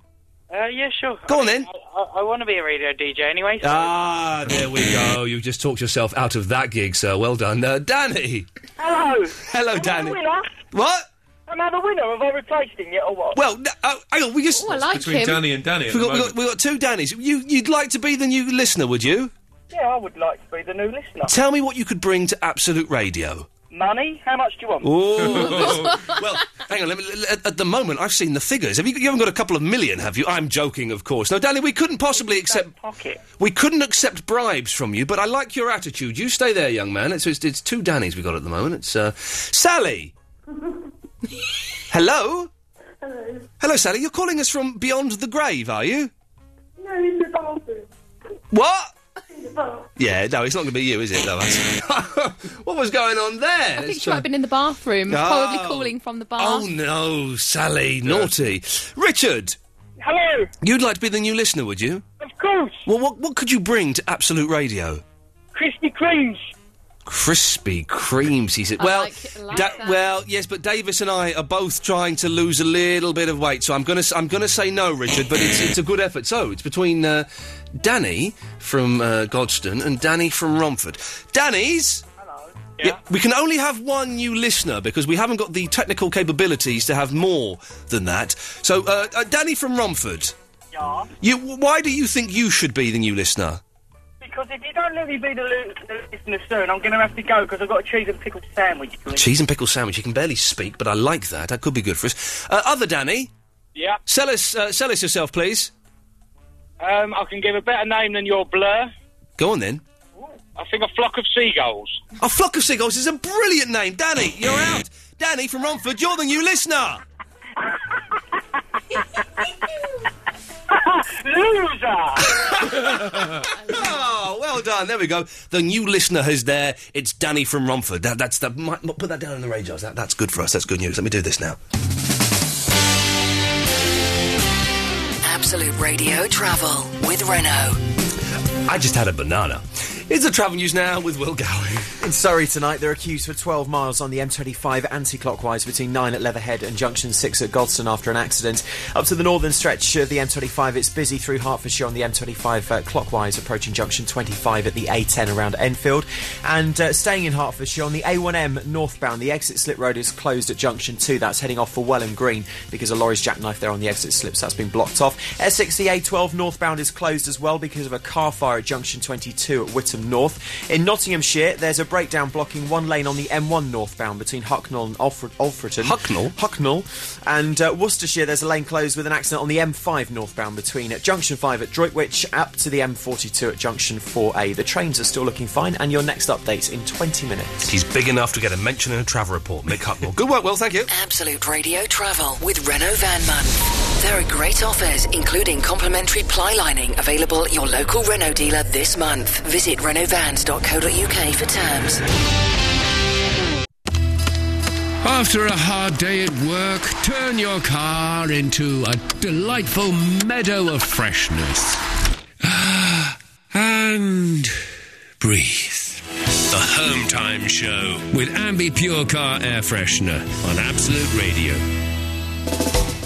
Uh, yeah, sure.
Go on
I
then.
I, I, I want to be a radio DJ anyway. so-
Ah, there we go. You've just talked yourself out of that gig, sir. Well done. Uh, Danny!
Hello.
Hello, Danny. What?
Am I the winner? Have I replaced him yet or what?
Well, no, oh, hang on, we just.
Ooh, I like Between him. Danny and Danny at
we
the
got, we got, we got two Dannys. You, you'd like to be the new listener, would you?
Yeah, I would like to be the new listener.
Tell me what you could bring to Absolute Radio.
Money? How much do you want?
Oh. well, hang on. Let me, l- at, at the moment, I've seen the figures. Have you, you haven't got a couple of million, have you? I'm joking, of course. No, Danny, we couldn't possibly accept.
Pocket.
We couldn't accept bribes from you, but I like your attitude. You stay there, young man. It's, it's, it's two Dannies we got at the moment. It's uh, Sally. Hello.
Hello.
Hello, Sally. You're calling us from beyond the grave, are you?
No, in the bathroom.
What?
In the bathroom.
Yeah, no, it's not going to be you, is it? though? what was going on there?
I think
Let's
she might
try-
have been in the bathroom,
Oh.
probably calling from the bath.
Oh no, Sally, naughty. Richard!
Hello!
You'd like to be the new listener, would you?
Of course!
Well, what, what could you bring to Absolute Radio?
Krispy Kremes.
Crispy creams, he said.
I
well,
like- like
Da-
that.
well, yes, but Davis and I are both trying to lose a little bit of weight, so I'm gonna s- I'm gonna say no, Richard. But it's it's a good effort. So it's between uh, Danny from uh, Godston and Danny from Romford. Danny's. Yeah. we can only have one new listener because we haven't got the technical capabilities to have more than that. So, uh, uh, Danny from Romford,
Yeah.
you, why do you think you should be the new listener?
Because if you don't let me be the, lo- the listener soon, I'm going to have to go because I've got a cheese and pickle sandwich.
Cheese and pickle sandwich. You can barely speak, but I like that. That could be good for us. Uh, other Danny.
Yeah.
Sell us, uh, sell us yourself, please.
Um, I can give a better name than your blur.
Go on then.
I think a flock of seagulls.
A flock of seagulls is a brilliant name, Danny. You're out. Danny from Romford. You're the new listener.
Loser!
oh, well done. There we go. The new listener is there. It's Danny from Romford. That, that's that. Might, might put that down in the radio. jars. That, that's good for us. That's good news. Let me do this now.
Absolute Radio travel with Renault.
I just had a banana. It's the travel news now with Will Gowing.
In Surrey tonight, there are queues for 12 miles on the M25 anti-clockwise between 9 at Leatherhead and Junction 6 at Godson after an accident. Up to the northern stretch of the M25, it's busy through Hertfordshire on the M25 uh, clockwise, approaching Junction 25 at the A10 around Enfield. And uh, staying in Hertfordshire on the A1M northbound, the exit slip road is closed at Junction 2. That's heading off for Welland Green because a lorry's jackknife there on the exit slips. That's been blocked off. S60 A12 northbound is closed as well because of a car fire at Junction 22 at Whittam Northampton North. In Nottinghamshire, there's a breakdown blocking one lane on the M1 northbound between Hucknall and Alfred- Alfreton. Hucknall? Hucknall. And uh, Worcestershire, there's a lane closed with an accident on the M5 northbound between uh, Junction 5 at Droitwich up to the M42 at Junction 4A. The trains are still looking fine, and your next update's in 20 minutes.
He's big enough to get a mention in a travel report, Mick Hucknall. Good work, Will, thank you.
Absolute Radio Travel with Renault Van Month. There are great offers, including complimentary ply lining, available at your local Renault dealer this month. Visit renaultvans.co.uk for terms.
After a hard day at work, turn your car into a delightful meadow of freshness. Ah, And breathe. The Home Time Show with Ambi Pure Car Air Freshener on Absolute Radio.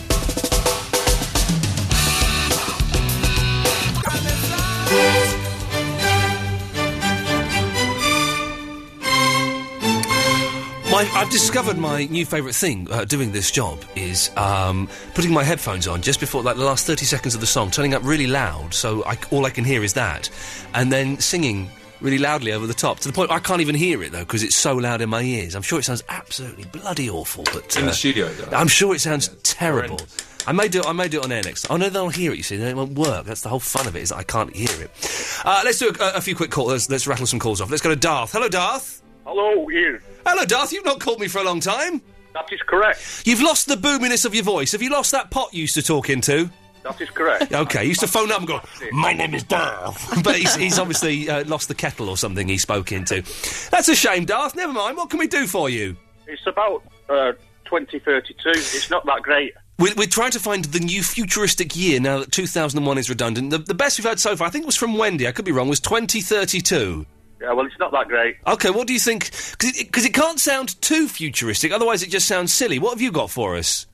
My, I've discovered my new favourite thing uh, doing this job is um, putting my headphones on just before, like the last 30 seconds of the song, turning up really loud so I c all I can hear is that, and then singing really loudly over the top to the point I can't even hear it though because it's so loud in my ears. I'm sure it sounds absolutely bloody awful, but
In the
uh,
studio, though.
I'm sure it sounds terrible. I may do. I may do it on air next. Oh no, they'll hear it. You see, then it won't work. That's the whole fun of it is that I can't hear it. Uh, let's do a, a few quick calls. Let's, let's rattle some calls off. Let's go to Darth. Hello, Darth.
Hello, Ian.
Hello, Darth. You've not called me for a long time.
That is correct.
You've lost the boominess of your voice. Have you lost that pot you used to talk into?
That is correct.
Okay, he used to phone up and go, My name is Darth. But he's, he's obviously uh, lost the kettle or something he spoke into. That's a shame, Darth. Never mind. What can we do for you?
It's about uh, 2032. It's not that great.
We're, we're trying to find the new futuristic year now that 2001 is redundant. The, the best we've had so far, I think, was from Wendy. I could be wrong. Was 2032.
Yeah, well, it's not that great.
Okay, what do you think? Because it, 'cause it can't sound too futuristic, otherwise it just sounds silly. What have you got for us?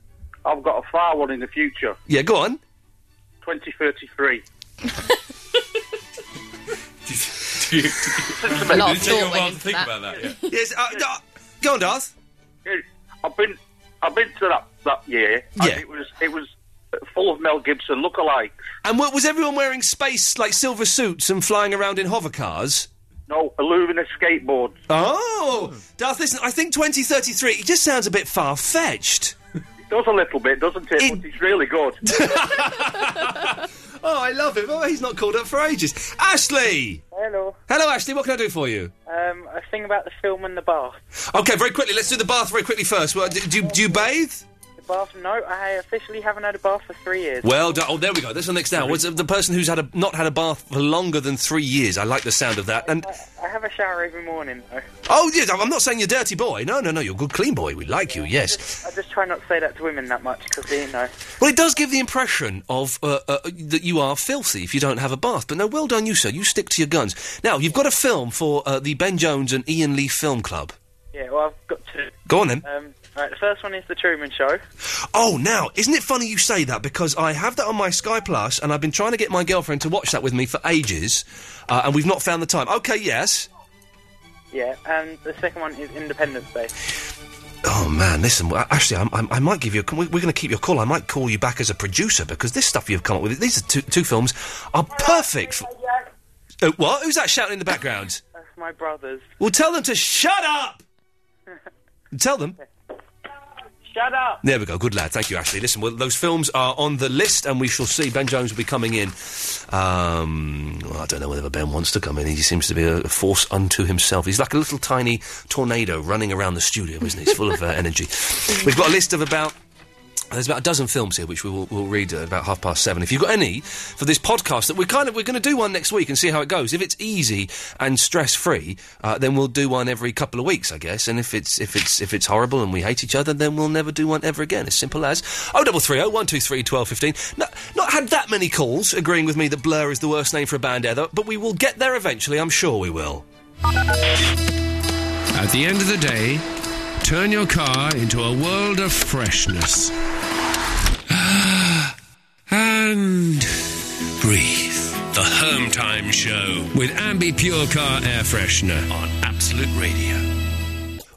I've got a far one in the future.
Yeah, go on.
2033.
a lot of Did it take you a thought while went to into think that. about that, yeah?
yes, uh, no, go on, Darth.
I've been, I've been to that that year. and
Yeah.
it was, it was full of Mel Gibson lookalikes.
And wa- was everyone wearing space, like silver suits and flying around in hover cars?
No, Illumina skateboard.
Oh, Darth, listen, I think 2033, it just sounds a bit far fetched.
It does a little bit, doesn't it? But it's really good.
Oh, I love him. Oh, he's not called up for ages. Ashley!
Hello.
Hello, Ashley, what can I do for you?
Um, a thing about the film and the bath.
Okay, very quickly, let's do the bath very quickly first. Well, do, do, do you bathe?
The bath? No, I officially haven't had a bath for three years.
Well, do- oh, there we go. That's the next hour. What's uh, the person who's had a, not had a bath for longer than three years? I like the sound of that. And
I have a shower every morning, though.
oh, yeah, I'm not saying you're dirty boy. No, no, no, you're a good clean boy. We like you. Yes.
I just try not to say that to women that much because they know.
Well, it does give the impression of uh, uh, that you are filthy if you don't have a bath. But no, well done you, sir. You stick to your guns. Now you've got a film for uh, the Ben Jones and Ian Lee Film Club.
Yeah, well, I've got two.
Go on then.
Um, all right, the first one is The Truman Show.
Oh, now isn't it funny you say that because I have that on my Sky Plus and I've been trying to get my girlfriend to watch that with me for ages, uh, and we've not found the time. Okay, yes.
Yeah, and the second one is Independence Day.
Oh man, listen. well, Actually, I'm, I'm, I might give you. A, we- we're going to keep your call. I might call you back as a producer because this stuff you've come up with. These are two, two films are perfect. For, uh, what? Who's that shouting in the background?
That's my brother's.
Well, tell them to shut up. tell them.
Shut up!
There we go. Good lad. Thank you, Ashley. Listen, well, those films are on the list, and we shall see. Ben Jones will be coming in. Um, well, I don't know whether Ben wants to come in. He seems to be a, a force unto himself. He's like a little tiny tornado running around the studio, isn't he? He's full of uh, energy. We've got a list of about. There's about a dozen films here, which we will we'll read at about half past seven. If you've got any for this podcast, that we're kind of we're going to do one next week and see how it goes. If it's easy and stress free, uh, then we'll do one every couple of weeks, I guess. And if it's if it's if it's horrible and we hate each other, then we'll never do one ever again. As simple as oh double three oh one two three twelve fifteen. No, not had that many calls agreeing with me that Blur is the worst name for a band ever, but we will get there eventually. I'm sure we will.
At the end of the day, turn your car into a world of freshness. And breathe. The Home Time Show with Ambi Pure Car Air Freshener on Absolute Radio.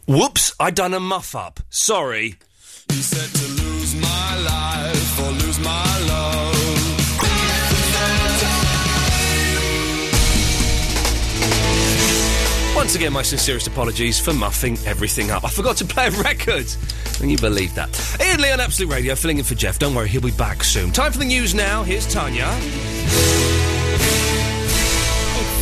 Whoops, I done a muff up. Sorry.
You said to lose my life or lose my love.
Once again, my sincerest apologies for muffing everything up. I forgot to play a record. Can you believe that? Ian Lee on Absolute Radio, filling in for Jeff. Don't worry, he'll be back soon. Time for the news now. Here's Tanya.
It's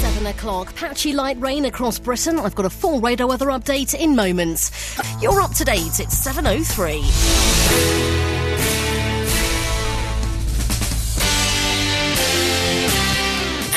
seven o'clock. Patchy light rain across Britain. I've got a full radar weather update in moments. You're up to date. It's 7.03.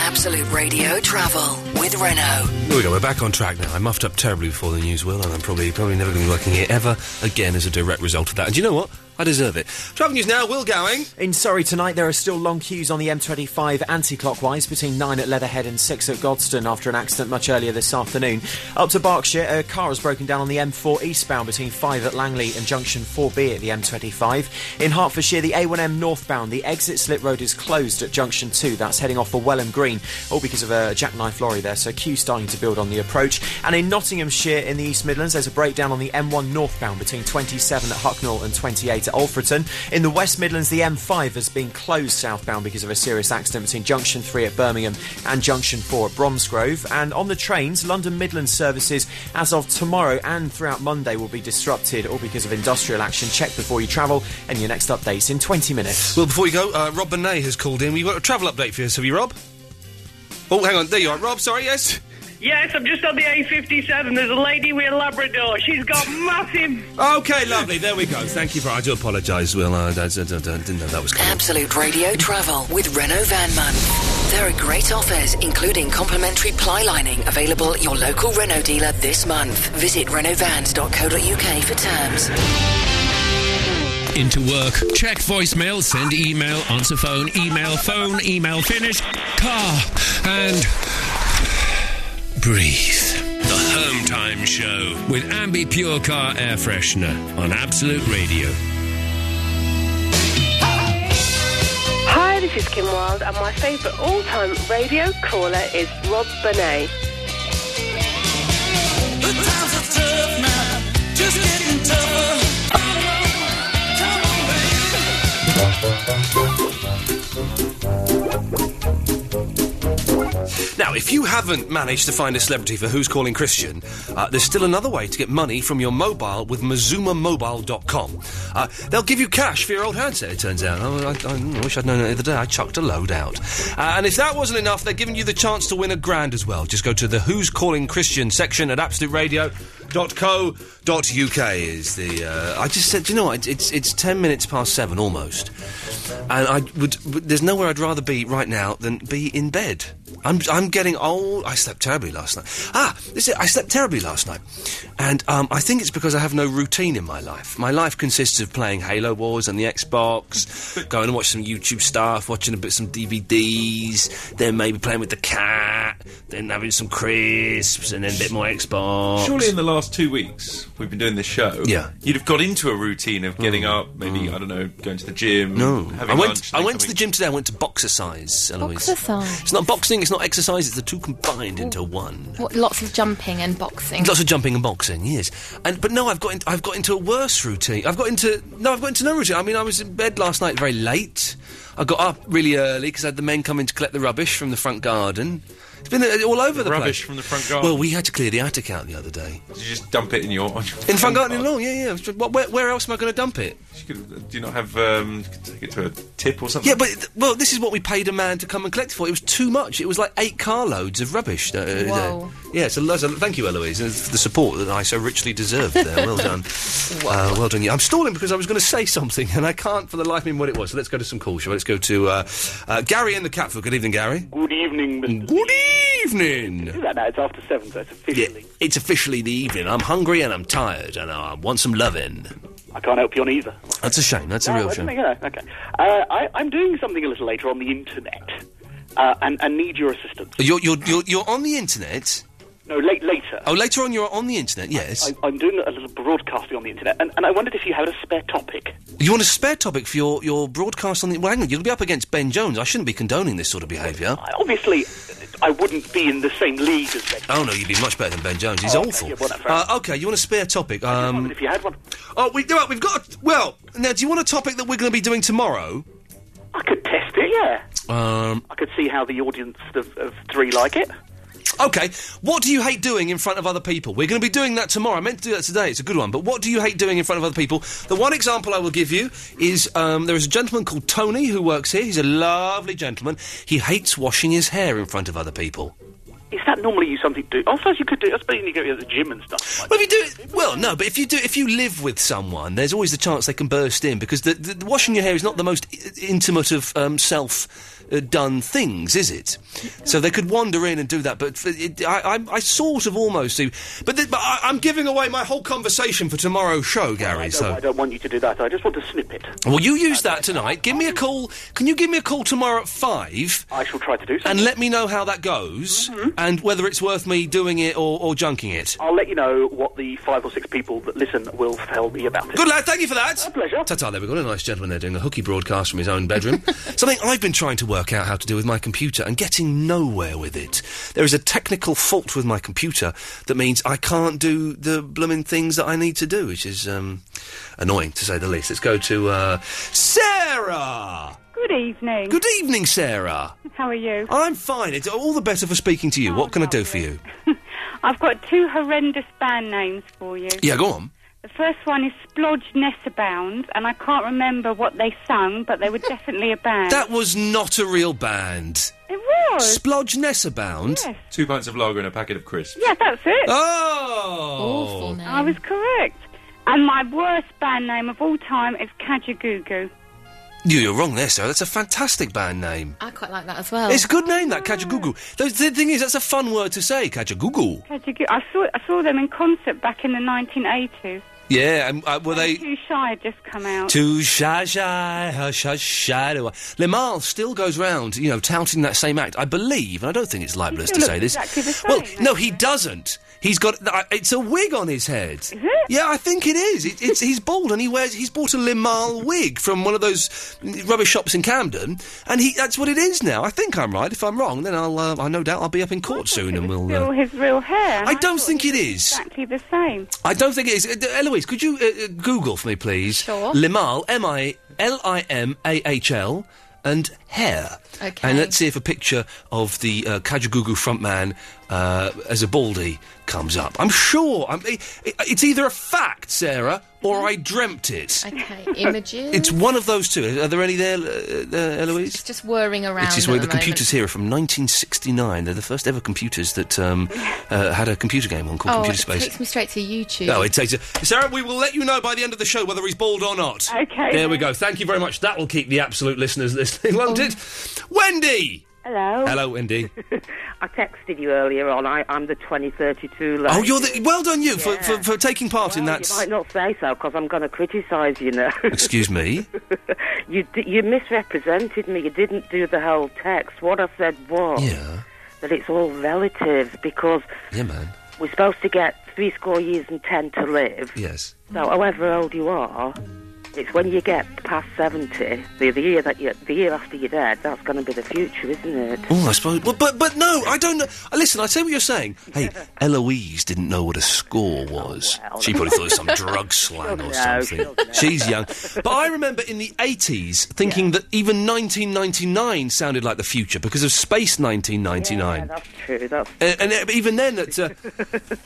Absolute Radio Travel with Renault.
Here we go. We're back on track now. I muffed up terribly before the news, Will, and I'm probably probably never going to be working here ever again as a direct result of that. And do you know what? I deserve it. Travel news now. Will going.
In Surrey tonight, there are still long queues on the M25 anti-clockwise between nine at Leatherhead and six at Godstone after an accident much earlier this afternoon. Up to Berkshire, a car has broken down on the M4 eastbound between five at Langley and junction 4B at the M25. In Hertfordshire, the A1M northbound, the exit slip road is closed at junction two. That's heading off for Welham Green, all because of a jackknife lorry there. So queue starting to build on the approach. And in Nottinghamshire, in the East Midlands, there's a breakdown on the M1 northbound between 27 at Hucknall and 28 at Alfreton. In the West Midlands, the M5 has been closed southbound because of a serious accident between Junction 3 at Birmingham and Junction 4 at Bromsgrove. And on the trains, London Midland services as of tomorrow and throughout Monday will be disrupted, all because of industrial action. Check before you travel, and your next update's in 20 minutes.
Well, before you go, uh, Rob Bonet has called in. We've got a travel update for us. Have you, Rob? Oh, hang on. There you are, Rob. Sorry. Yes.
Yes, I'm just on the A57. There's a lady with a Labrador. She's got massive.
Okay, lovely. There we go. Thank you for. I do apologise, Will. I, I- I didn't know that was coming.
Absolute Radio Travel with Renault Vanman. There are great offers, including complimentary ply lining, available at your local Renault dealer this month. Visit renaultvans.co.uk for terms.
Into work. Check voicemail, send email, answer phone, email, phone, email, finish, car, and breathe.
The Home Time Show.
With Ambi Pure Car Air Freshener on Absolute Radio.
Hi, this is Kim Wilde, and my favourite all-time radio caller is Rob Bonet.
The times are tough now, just getting tougher. Come on,
Now, if you haven't managed to find a celebrity for Who's Calling Christian, uh, there's still another way to get money from your mobile with MazumaMobile.com. Uh, they'll give you cash for your old handset, it turns out. Oh, I, I wish I'd known that the other day. I chucked a load out. Uh, and if that wasn't enough, they're giving you the chance to win a grand as well. Just go to the Who's Calling Christian section at absoluteradio.co.uk is the... Uh, I just said, do you know what? It's, it's ten minutes past seven, almost. And I would... would- There's nowhere I'd rather be right now than be in bed. I'm, I'm getting old. I slept terribly last night. Ah, this is, I slept terribly last night. And um, I think it's because I have no routine in my life. My life consists of playing Halo Wars on the Xbox, going and watch some YouTube stuff, watching a bit some DVDs, then maybe playing with the cat, then having some crisps, and then a bit more Xbox.
Surely in the last two weeks we've been doing this show,
Yeah. Mm.
you'd have got into a routine of getting up, maybe I don't know, going to the gym.
No,
having
I went.
lunch,
I
then
went to the
coming-
gym today. I went to boxercise, Eloise.
Exercise.
It's not boxing. It's not exercise. It's the two combined into one.
What, lots of jumping and boxing.
Lots of jumping and boxing, yes. And but no, I've got in, I've got into a worse routine. I've got into no, I've got into no routine. I mean, I was in bed last night very late. I got up really early because I had the men come in to collect the rubbish from the front garden. It's been uh, all over the,
Rubbish
place.
from the front garden.
Well, we had to clear the attic out the other day.
Did you just dump it in your on your
In front garden lawn, yeah, yeah. What, where, where else am I going to dump it?
You could, do you not have um, you could take it to a tip or something?
Yeah, but th- well, this is what we paid a man to come and collect it for. It was too much. It was like eight carloads of rubbish. Uh, uh,
Whoa.
yeah, so loads of- thank you, Eloise, uh, for the support that I so richly deserved there. Well done. uh, well done. you. I'm stalling because I was going to say something and I can't for the life of me what it was. So let's go to some calls. shall we? Let's go to uh, uh, Gary in the Catford. Good evening, Gary.
Good evening, Mr.
Good evening.
Do that now. It's after seven, so it's officially.
It's officially the evening. I'm hungry and I'm tired and I want some loving.
I can't help you on either.
That's a shame. That's a
No,
real
I
shame.
think, uh, Okay. Uh, I, I'm doing something a little later on the internet, uh, and, and need your assistance.
You're, you're, you're, you're on the internet.
No, late, later.
Oh, later on you're on the internet, yes.
I, I'm doing a little broadcasting on the internet, and, and I wondered if you had a spare topic.
You want a spare topic for your, your broadcast on the. Well, hang on, you'll be up against Ben Jones. I shouldn't be condoning this sort of behaviour.
Obviously, I wouldn't be in the same league as Ben.
Oh, no, you'd be much better than Ben Jones. He's
Oh, okay,
awful.
yeah, well, that's fair
uh, okay, you want a spare topic? Um,
if you had one.
Oh, we, no, we've got. A, well, now, do you want a topic that we're going to be doing tomorrow?
I could test it, yeah.
Um,
I could see how the audience of, of three like it.
Okay, what do you hate doing in front of other people? We're going to be doing that tomorrow. I meant to do that today. It's a good one. But what do you hate doing in front of other people? The one example I will give you is um, there is a gentleman called Tony who works here. He's a lovely gentleman. He hates washing his hair in front of other people.
Is that normally you something to do? Oh, I suppose you could do. I suppose you could go to the gym and stuff. Like
Well, if you do it, well, no, but if you do, if you live with someone, there's always the chance they can burst in because the, the, the washing your hair is not the most I- intimate of um, self uh, done things, is it? So they could wander in and do that. But for- it, I, I, I sort of almost do. But, th- but I, I'm giving away my whole conversation for tomorrow's show, Gary.
I don't,
so
I don't want you to do that. I just want to snip it.
well, you use that tonight. Give me a call. Can you give me a call tomorrow at five?
I shall try to do so. Mm-hmm.
And let me know how that goes and whether it's worth me doing it or, or junking it.
I'll let you know what the five or six people that listen will tell me about it.
Good lad, thank you for that. A pleasure. Ta-ta, there we got a nice gentleman there doing a hooky broadcast from his own bedroom. Something I've been trying to work out how to do with my computer and getting nowhere with it. There is a technical fault with my computer that means I can't do the blooming things that I need to do, which is um, annoying to say the least. Let's go to uh, Sarah.
Good evening.
Good e- evening, Sarah.
How are you?
I'm fine. It's all the better for speaking to you. what can I do for you?
I've got two horrendous band names for you.
Yeah, go on.
The first one is Splodge Nesserbound, and I can't remember what they sung, but they were definitely a band.
That was not a real band.
It was.
Splodge Nessabound.
Yes.
Two pints of lager and a packet of crisps.
Yeah, that's it.
Oh!
Awful name.
I was correct. And my worst band name of all time is Kajagoogoo.
You- You're wrong there, Sarah. That's a fantastic band name.
I quite like that as
Oh.
well.
It's a good name, that Kajagoogoo. The, the thing is, that's a fun word to say, Kajagoogoo.
Kajagoogoo. I saw I saw them in concert back in the 1980s.
Yeah, and uh, were they.
Too Shy had just come out.
Too shy, shy, hush, hush, shy. do I- Le Mans still goes round, you know, touting that same act. I believe, and I don't think it's libelous to
still
say
looks
this.
exactly the same,
well, no, he doesn't. He's got th- I- it's a wig on his head. Is it? Yeah, I think it is. It, it's he's bald and he wears he's bought a Le Mans wig from one of those rubbish shops in Camden, and he that's what it is now. I think I'm right. If I'm wrong, then I'll uh, I no doubt I'll be up in court soon, and we'll.
Still
Uh,
his real hair.
I don't think it is.
Exactly the same.
I don't think it is. Uh, Eloise, could you uh, uh, Google for me, please?
Sure.
Limahl, M I L I M A H L, and hair.
Okay.
And let's see if a picture of the uh, Kajagoogoo frontman uh, as a baldy comes up. I'm sure. I'm, i i it's either a fact, Sarah, or I dreamt it.
Okay, images.
It's one of those two. Are there any there, uh, uh, Eloise?
It's just whirring around.
It's just
at
where
the,
the
moment.
computers here are from 1969. They're the first ever computers that um, uh, had a computer game on called
Oh,
Computer
it
Space.
takes me straight to YouTube.
No, it takes a. Sarah, we will let you know by the end of the show whether he's bald or not.
Okay.
There we go. Thank you very much. That will keep the absolute listeners listening, won't it? Wendy!
Hello.
Hello, Wendy.
I texted you earlier on. I, I'm the 2032 lady.
oh, you're the. Well done, you, for, for, for taking part in that.
You might not say so because I'm going to criticise you now.
Excuse me.
you d- you misrepresented me. You didn't do the whole text. What I said was that it's all relative because
Yeah, man.
we're supposed to get three score years and ten to live.
Yes.
So, however old you are, it's when you get past 70, the, the year that you, the year after you're dead, that's going to be the future, isn't it?
Oh, I suppose. Well, but but no, I don't know. uh, Listen, I see what you're saying. Hey, Eloise didn't know what a
Oh,
score was. she probably thought it was some drug slang or
know,
something.
she'll know.
She's young. But I remember in the 80s thinking that even 1999 sounded like the future because of Space 1999.
That's true. That's
Uh, and uh, even then, that.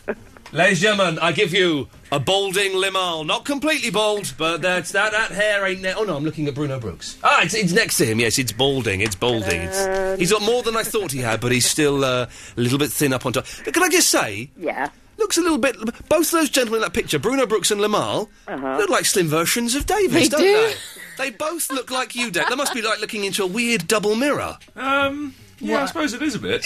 Uh, Ladies and gentlemen, I give you a balding limal. Not completely bald, but that's, that, that hair ain't there. Oh no, I'm looking at Bruno Brooks. Ah, it's, it's next to him, yes, it's balding, it's balding.
Um.
It's, he's got more than I thought he had, but he's still uh, a little bit thin up on top. But Can I just say,
yeah.
looks a little bit. Both of those gentlemen in that picture, Bruno Brooks and Lamal,
Uh-huh.
look like slim versions of Davis,
They
don't
do.
they? They both look like you, Dave. That must be like looking into a weird double mirror.
Um, yeah, I suppose it is a bit.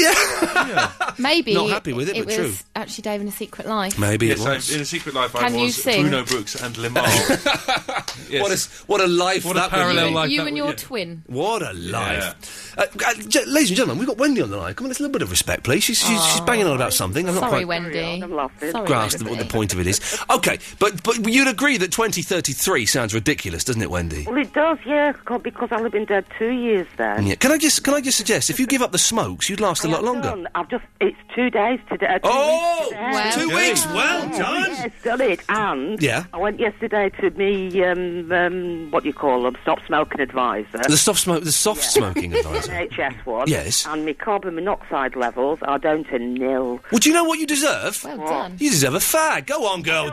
Maybe
Not happy with it,
It was
but true.
actually Dave in a secret life.
Maybe
Yes,
it
I-
was.
in a secret life,
Can
I
you
was
sing?
Bruno Brooks and Limahl. yes.
What a what a life
What a
that would
parallel
be.
life
you and your twin.
What a life. Uh, uh, ge- ladies and gentlemen, we've got Wendy on the line. Come on, let's a little bit of respect, please. She's, she's, she's banging on about something. I'm not
Oh. Sorry,
quite
Wendy. I'm laughing. Sorry,
grasped
Wendy.
what the point of it is. Okay, but, but you'd agree that 2033 sounds ridiculous, doesn't it, Wendy?
Well, it does, yeah, 'cause- because I'll have been dead two years then.
Yeah. Can I just can I just suggest if you give up the smokes, you'd last a
I
lot
have
longer.
done. I've just, it's two days today. uh, Two
Oh,
weeks today.
well Two done. weeks, well done.
Yes, done it. And
Yeah.
I went yesterday to me, um, um, what do you call them? Stop smoking advisor.
The soft smoke, the soft smoking advisor.
NHS one.
Yes.
And my carbon monoxide levels are down to nil.
Well, do you know what you deserve? Well
done.
You deserve a fag. Go on, girl.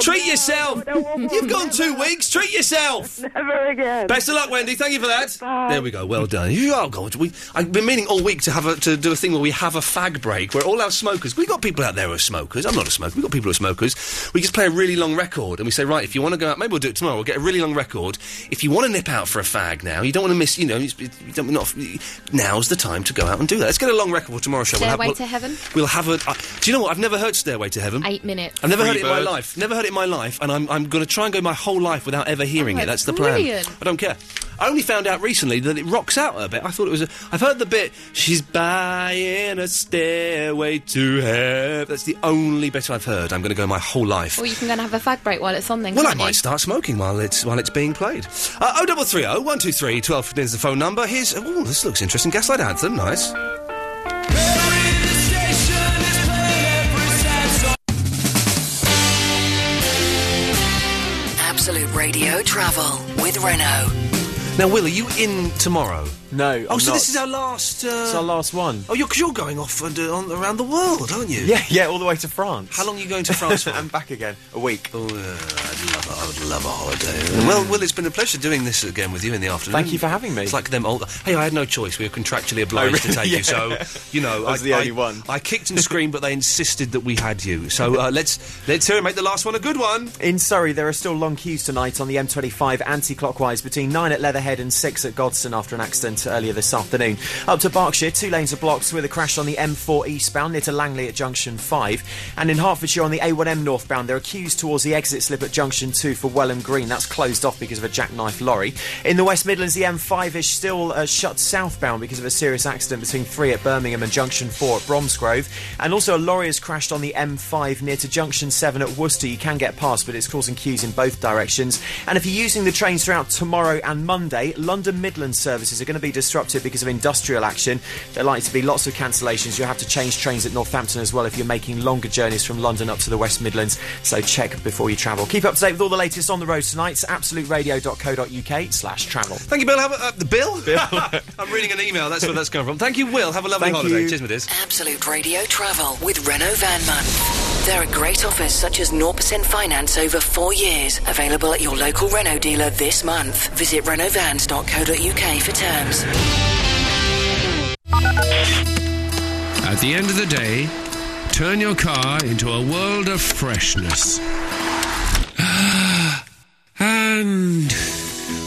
Treat yourself. You've gone two weeks. Treat yourself.
Never again.
Best of luck, Wendy. Thank you for that. There we go. Well done. You are God. We, I've been meaning all week to have a, to do a thing where we have a fag break where all our smokers. We got people out there who are smokers. I'm not a smoker. We got people who are smokers. We just play a really long record and we say, right, if you want to go out, maybe we'll do it tomorrow. We'll get a really long record. If you want to nip out for a fag now, you don't want to miss. You know, it's- it- you don't, not, now's the time to go out and do that. Let's get a long record for tomorrow's show.
Stairway
we'll
to Heaven.
We'll have a. Uh, do you know what? I've never heard Stairway to Heaven.
Eight minutes.
I've never heard it in my
Freebird.
life. Never heard it in my life, and I'm, I'm going to try and go my whole life without ever hearing it. That's the plan.
brilliant.
I don't care. I only found out recently that it rocks out a bit. I thought it was a. I've heard the bit, she's buying a stairway to heaven. That's the only bit I've heard. I'm going to go my whole life.
Or you can go and have a fag break while it's on then.
Well, I
can't you?
might start smoking while it's while it's being played. Uh, 0330 123 1215 is the phone number. Here's oh, this looks interesting. Gaslight Anthem, nice.
Absolute Radio Travel with Renault.
Now, Will, are you in tomorrow?
No.
Oh,
I'm
so
not.
this is our last. Uh...
It's our last one.
Oh, because you're, going off and, uh, on, around the world, aren't you?
Yeah, yeah, all the way to France.
How long are you going to France for?
and back again. A week.
Oh, yeah, I'd love, a- I would love a holiday. Well, Will, it's been a pleasure doing this again with you in the afternoon.
Thank you for having me. Oh,
It's like them old. Hey, I had no choice. We were contractually obliged to
really?
take you, so
Yeah.
you know,
I was
I,
the
I-
only one.
I kicked and screamed, but they insisted that we had you. So uh, let's let's hear it. Make the last one a good one.
In Surrey, there are still long queues tonight on the M25 anti clockwise between 9 at Leatherhead and 6 at Godstone after an accident earlier this afternoon. Up to Berkshire, two lanes are blocked with a crash on the M4 eastbound near to Langley at junction 5. And in Hertfordshire on the A1M northbound, there are queues towards the exit slip at junction 2 for Welham Green. That's closed off because of a jackknife lorry. In the West Midlands, the M5 is still uh, shut southbound because of a serious accident between 3 at Birmingham and junction 4 at Bromsgrove. And also a lorry has crashed on the M5 near to junction 7 at Worcester. You can get past, but it's causing queues in both directions. And if you're using the trains throughout tomorrow and Monday, London Midland services are going to be disrupted because of industrial action. There are likely to be lots of cancellations. You'll have to change trains at Northampton as well if you're making longer journeys from London up to the West Midlands. So check before you travel. Keep up to date with all the latest on the road tonight. It's absoluteradio.co.uk slash travel.
Thank you, Bill. Have a, uh, the Bill. Bill. I'm reading an email. That's where that's come from. Thank you, Will. Have a lovely
Thank
holiday.
you.
Cheers, my dears.
Absolute Radio Travel with Renault Van Month. There are great offers such as 0% finance over four years available at your local Renault dealer this month. Visit renaultvans.co.uk for terms.
At the end of the day, turn your car into a world of freshness. and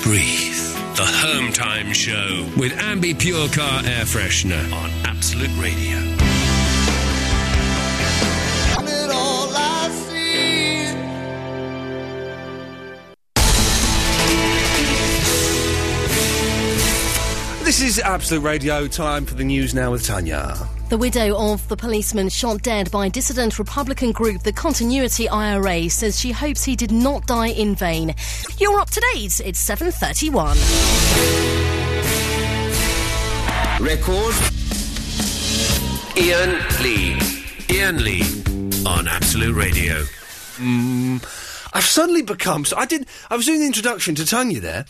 breathe. The Home Time Show with Ambi Pure Car Air Freshener on Absolute Radio.
This is Absolute Radio. Time for the news now with Tanya.
The widow of the policeman shot dead by dissident Republican group the Continuity IRA says she hopes he did not die in vain. You're up to date. It's 7:31.
Record. Ian Lee. Ian Lee on Absolute Radio.
Mm, I've suddenly become. So I did. I was doing the introduction to Tanya there,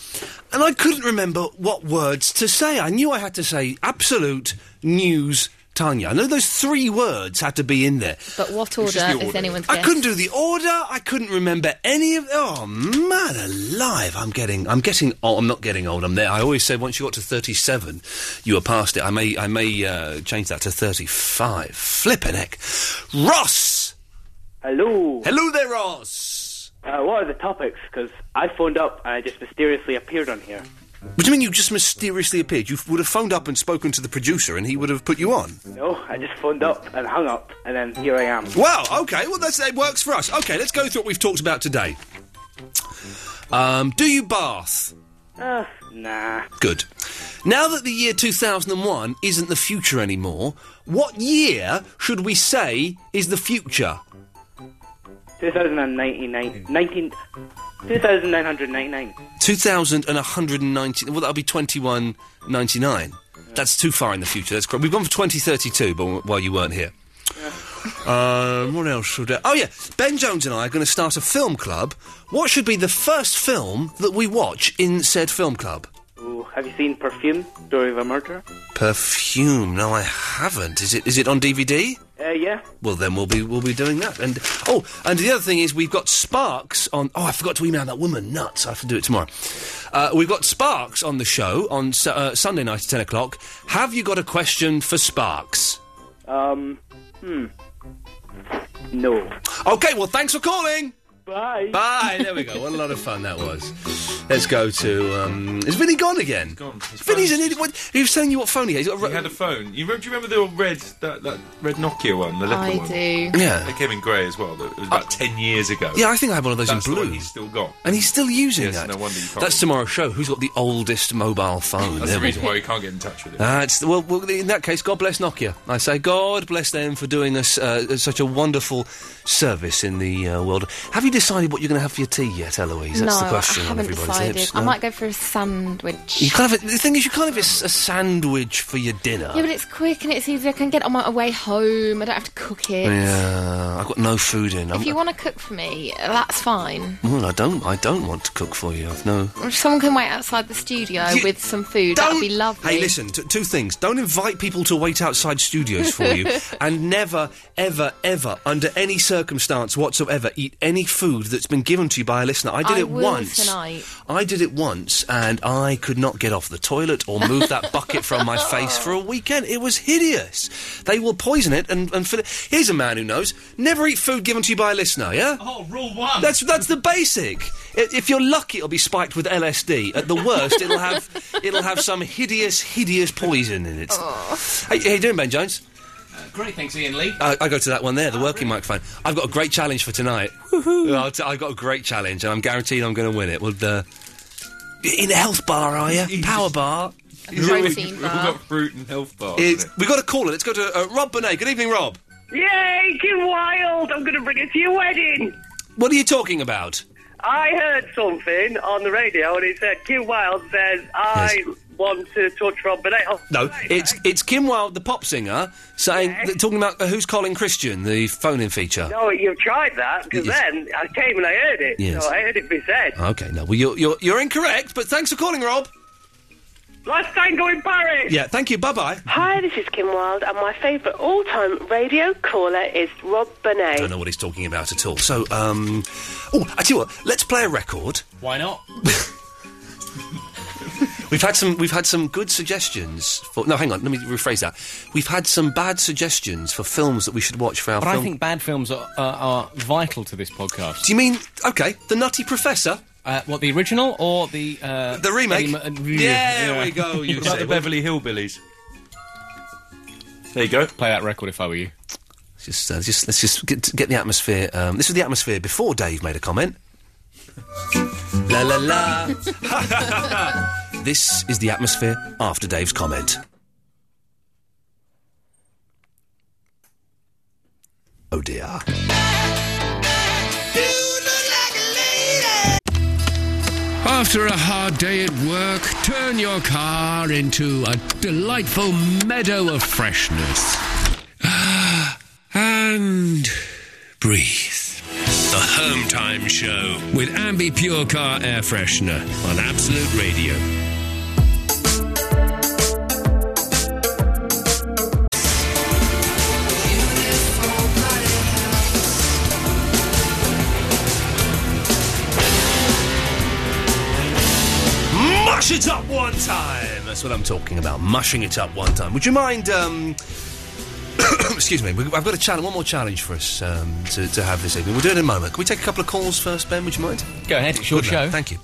and I couldn't remember what words to say. I knew I had to say absolute news, Tanya. I know those three words had to be in there.
But what order
the
is
order.
anyone's
I
guess?
couldn't do the order. I couldn't remember any of. Oh man, alive! I'm getting. I'm getting. Oh, I'm not getting old. I'm there. I always said once you got to 37, you were past it. I may. I may uh, change that to 35. Flippin' heck, Ross.
Hello.
Hello there, Ross.
Uh, what are the topics? Because I phoned up and I just mysteriously appeared on here.
What do you mean you just mysteriously appeared? You f- would have phoned up and spoken to the producer, and he would have put you on.
No, I just phoned up and hung up, and then here I am.
Wow. Okay. Well, that's, that works for us. Okay. Let's go through what we've talked about today. Um, do you bath?
Uh, nah.
Good. Now that the year 2001 isn't the future anymore, what year should we say is the future?
2099. 19, 2999.
2199. Well, that'll be 2199. That's too far in the future. That's cr- we've gone for 2032, but while you weren't here. Um, what else should I? Oh yeah, Ben Jones and I are going to start a film club. What should be the first film that we watch in said film club?
Ooh, have you seen Perfume? Story of a Murder?
Perfume. No, I haven't. Is it? Is it on DVD?
Uh, yeah.
Well, then we'll be we'll be doing that. And oh, and the other thing is we've got Sparks on. Oh, I forgot to email that woman. Nuts! I have to do it tomorrow. Uh, we've got Sparks on the show on Su- uh, Sunday night at ten o'clock. Have you got a question for Sparks?
Um, hmm. No.
Okay. Well, thanks for calling.
Bye.
Bye. There we go. What a lot of fun that was. Let's go to. Um, is Vinny gone again?
Gone. His
Vinny's
phone-
an idiot. What, he was telling you what phone he has. He's got a
He had a phone. You remember, do you remember the old red that, that red Nokia one, the little
I
one?
do.
Yeah.
It came in grey as well. but It was about ten years ago.
Uh, Yeah, I think I had one of those in
That's the one
blue.
he's still got.
And he's still using
Yes,
that.
no wonder you can't-
That's tomorrow's show. Who's got the oldest mobile phone?
That's
There
the
we
reason
go.
why you can't get in touch with him.
Ah, it's, well, well, in that case, God bless Nokia. I say, God bless them for doing us uh, such a wonderful service in the uh, world. Have you decided what you're going to have for your tea yet, Eloise? That's
no,
the question
I
on
haven't
everybody's
decided.
lips.
I
no?
might go for a sandwich.
You can't have it. The thing is, you can't have a, s- a sandwich for your dinner.
Yeah, but it's quick and it's easy. I can get it on my way home. I don't have to cook it.
Yeah, I've got no food in. I'm, uh,
If you want to cook for me, that's fine.
well, I don't. I don't want to cook for you. I've no.
If someone can wait outside the studio with some food, that'd be lovely.
Hey, listen, t- two things. Don't invite people to wait outside studios for you, and never, ever, ever, under any circumstance whatsoever, eat any food that's been given to you by a listener. I did it
will
once.
tonight.
I did it once, and I could not get off the toilet or move that bucket from my face for a weekend. It was hideous. They will poison it and, and fill it. Here's a man who knows. Never eat food given to you by a listener, yeah?
Oh, rule one.
That's that's the basic. I- If you're lucky, it'll be spiked with LSD. At the worst, it'll have it'll have some hideous, hideous poison in it.
Oh.
Hey, how you doing, Ben Jones?
Uh,
Uh,
Great, thanks, Ian Lee.
I, I go to that one
Oh,
there, the working microphone. I've got a great challenge for tonight. I'll t- I've got a great challenge, and I'm guaranteed I'm going to win it. With the in a health bar, are you? Power bar.
We've all got fruit and health bars.
It's, we got a caller. Let's go to uh, Rob Bonet. Good evening, Rob.
Yay, get wild! I'm going to bring it to your wedding.
What are you talking about?
I heard something on the radio, and it said Kim Wilde says I want to touch Rob Burnett. Oh,
No, it's it's Kim Wilde, the pop singer, saying that- talking about uh, who's calling Christian, the phone-in feature.
No, you've tried that because
Yes.
then I came and I heard it.
Yes.
So I heard it be said.
Okay, no, well you're you're, you're incorrect, but thanks for calling, Rob.
Last tango in Paris.
Yeah, thank you. Bye bye.
Hi, this is Kim Wilde, and my favourite all-time radio caller is Rob
I
Bonet.
don't know what he's talking about at all. So, um, oh, I tell you what, let's play a record.
Why not?
We've had some we've had some good suggestions for. No, hang on, let me rephrase that. We've had some bad suggestions for films that we should watch for our
But
film.
I think bad films are, are, are vital to this podcast.
Do you mean okay, the Nutty Professor?
Uh, what the original or the uh,
The remake?
Eddie Mur-
Yeah, there we go, you
What about
see.
the Beverly Hillbillies. There you go. Play that record if I were you.
Just, uh, just let's just get, get the atmosphere. Um, this was the atmosphere before Dave made a comment. la la la. This is the atmosphere after Dave's comment. Oh dear.
After a hard day at work, turn your car into a delightful meadow of freshness. Ah, And breathe.
The Home Time Show with Ambi Pure Car Air Freshener on Absolute Radio.
Mush it up one time. That's what I'm talking about. Mushing it up one time. Would you mind? Um, excuse me. we- I've got a challenge. One more challenge for us um, to, to have this evening. We'll do it in a moment. Can we take a couple of calls first, Ben? Would you mind?
Go ahead. It's your
Good
show.
lad, Thank you.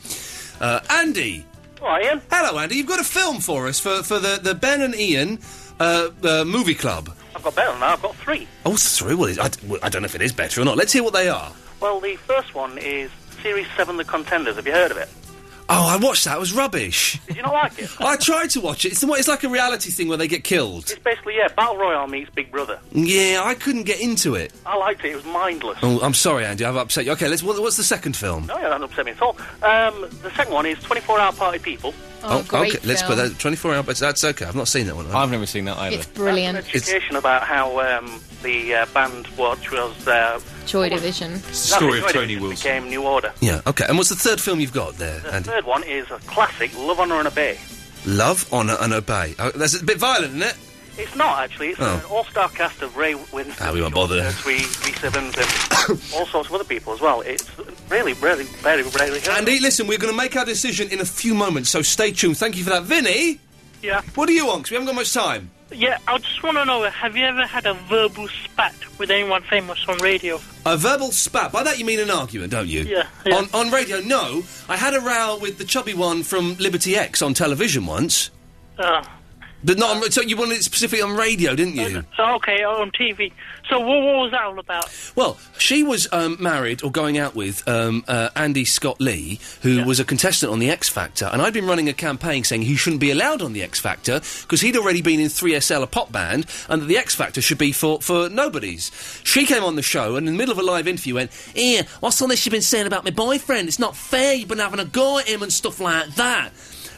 Uh, Andy.
I am.
Hello, Andy. You've got a film for us for, for the, the Ben and Ian uh, uh, movie club.
I've got better than that. I've got three.
Oh, three. Well, it- I, d- well, I don't know if it is better or not. Let's hear what they are.
Well, the first one is Series 7 The Contenders. Have you heard of it?
Oh, I watched that. It was rubbish.
Did you not like it?
I tried to watch it. It's, the, one- it's like a reality thing where they get killed.
It's basically, yeah, Battle Royale meets Big Brother.
Yeah, I couldn't get into it.
I liked it. It was mindless.
Oh, I'm sorry, Andy. I've upset you. Okay, let's. What, what's the second film?
No, yeah, that upset me at all. Um, the second one is 24 Hour Party People.
Oh, great
Oh, okay. Let's put
film.
that 24 hour. But that's okay. I've not seen that one. I've never seen that either.
It's brilliant.
Education about how um, the uh, band watch was. Uh,
Joy Division.
the story of
Joy
Tony
Division
Wilson.
Became New Order.
yeah. Okay. And what's the third film you've got there?
The
Andy?
third one is a classic, Love, Honor and Obey.
Love, honour, and obey. Oh, that's a bit violent, isn't it?
It's not actually. It's
Oh.
an all-star cast of Ray Winston,
Ah, we won't bother.
Three V Sevens, and all sorts of other people as well. It's really, really, very rarely heard.
Andy, listen, we're going to make our decision in a few moments, so stay tuned. Thank you for that, Vinny.
Yeah.
What do you want? 'Cause we haven't got much time.
Yeah, I just want to know, have you ever had a verbal spat with anyone famous on radio?
A verbal spat. By that you mean an argument, don't you?
Yeah, yeah.
On on radio, no. I had a row with the chubby one from Liberty X on television once,
Uh,
but not. On, so you wanted it specifically on radio, didn't you?
so, Oh, okay, on TV. So what, what was that all about?
Well, she was um, married or going out with um, uh, Andy Scott Lee, who was a contestant on The X Factor, and I'd been running a campaign saying he shouldn't be allowed on The X Factor because he'd already been in 3SL, a pop band, and that The X Factor should be for, for nobodies. She came on the show and in the middle of a live interview went, Yeah, what's all this you've been saying about my boyfriend? It's not fair, you've been having a go at him and stuff like that.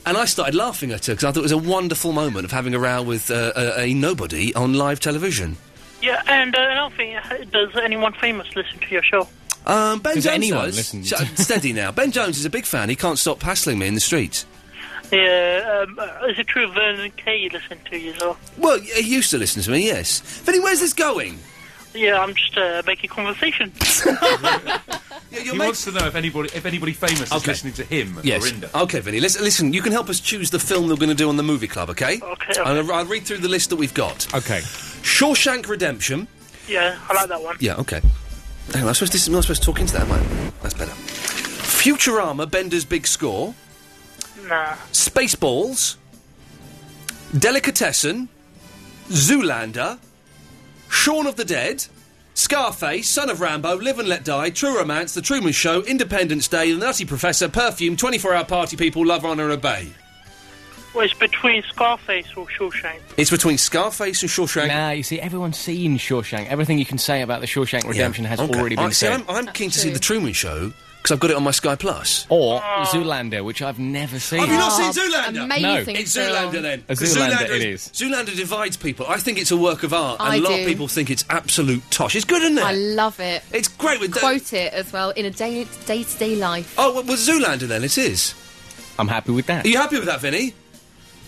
And I started laughing at her because I thought it was a wonderful moment of having a row with uh, a, a nobody on live television.
Yeah, and uh, another thing, h- does anyone famous listen to your show?
Um, ben
Does
Jones
anyone
does.
listen?
So- steady now. Ben Jones is a big fan. He can't stop hassling me in the streets.
Yeah, um, uh, is it true Vernon Kay listen to you as well?
Well, y- he used to listen to me, yes. Vinny, where's this going?
Yeah, I'm just uh, making conversation.
he
wants to know if anybody, if anybody famous is listening to him
Yes.
or Rinda.
Okay, Vinny. Listen, listen, you can help us choose the film that we're going to do on the movie club, okay? Okay. I'll, I'll read through the list that we've got. Okay. Shawshank Redemption.
yeah, I like that one.
Yeah, okay. Hang on, I'm, supposed to, I'm not supposed to talk into that, am I? That's better. Futurama, Bender's Big Score.
Nah.
Spaceballs, Delicatessen, Zoolander, Shaun of the Dead, Scarface, Son of Rambo, Live and Let Die, True Romance, The Truman Show, Independence Day, The Nutty Professor, Perfume, 24 Hour Party People, Love, Honor, and Obey.
Well, it's between Scarface or Shawshank.
It's between Scarface and Shawshank.
Nah, you see, everyone's seen Shawshank. Everything you can say about the Shawshank Redemption
Yeah,
has
okay.
already been
I, see,
said.
I'm, I'm keen to see The Truman Show because I've got it on my Sky Plus.
Or Zoolander, which I've never seen.
Ah. Have you not
Ah,
Oh,
seen Zoolander?
amazing
It's
film.
Zoolander then.
A
'Cause
Zoolander it
is- Zoolander divides people. I think it's a work of art, and
I
a lot
do.
of people think it's absolute tosh. It's good, isn't it?
I love it.
It's great with
quote it as well in a day day to day life.
oh, well, well, Zoolander then it is.
I'm happy with that.
Are you happy with that, Vinny?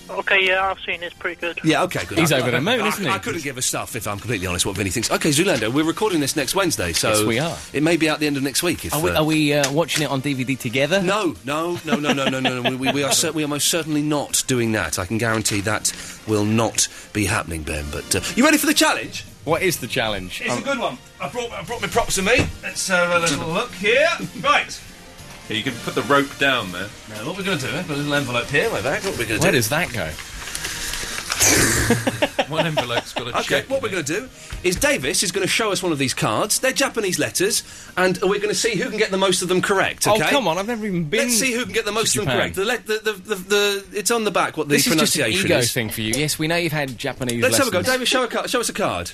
Okay, yeah, I've seen it. It's pretty good.
Yeah, okay, good.
He's
I-
over the moon,
I-
isn't he?
I couldn't give a stuff if I'm completely honest what Vinny thinks. Okay, Zoolander, we're recording this next Wednesday, so
Yes, we are.
It may be out the end of next week. If
Are we,
uh,
are we uh, watching it on DVD together?
No, no, no, no, no, no, no. no. We, we, we are cer- we are most certainly not doing that. I can guarantee that will not be happening, Ben. But uh, you ready for the challenge?
What is the challenge? Um,
It's a good one. I brought I brought my props to me. Let's have a little look here. Right.
Yeah, you can put the rope down there.
Now, what we're going to do? I have a little envelope here, my bag. What we're going to do?
Where does that go?
One envelope's got a Okay, what we're going to do is Davis is going to show us one of these cards. They're Japanese letters, and we're going to see who can get the most of them correct.
Oh,
Okay?
come on, I've never even been
Let's see who can get the
to
most of them
Japan.
correct. The, le- the, the, the, the, it's on the back what the
this is just an
pronunciation
ego
is.
thing for you. Yes, we know you've had Japanese.
Let's have a go.
lessons.
Davis, show, a card, show us a card.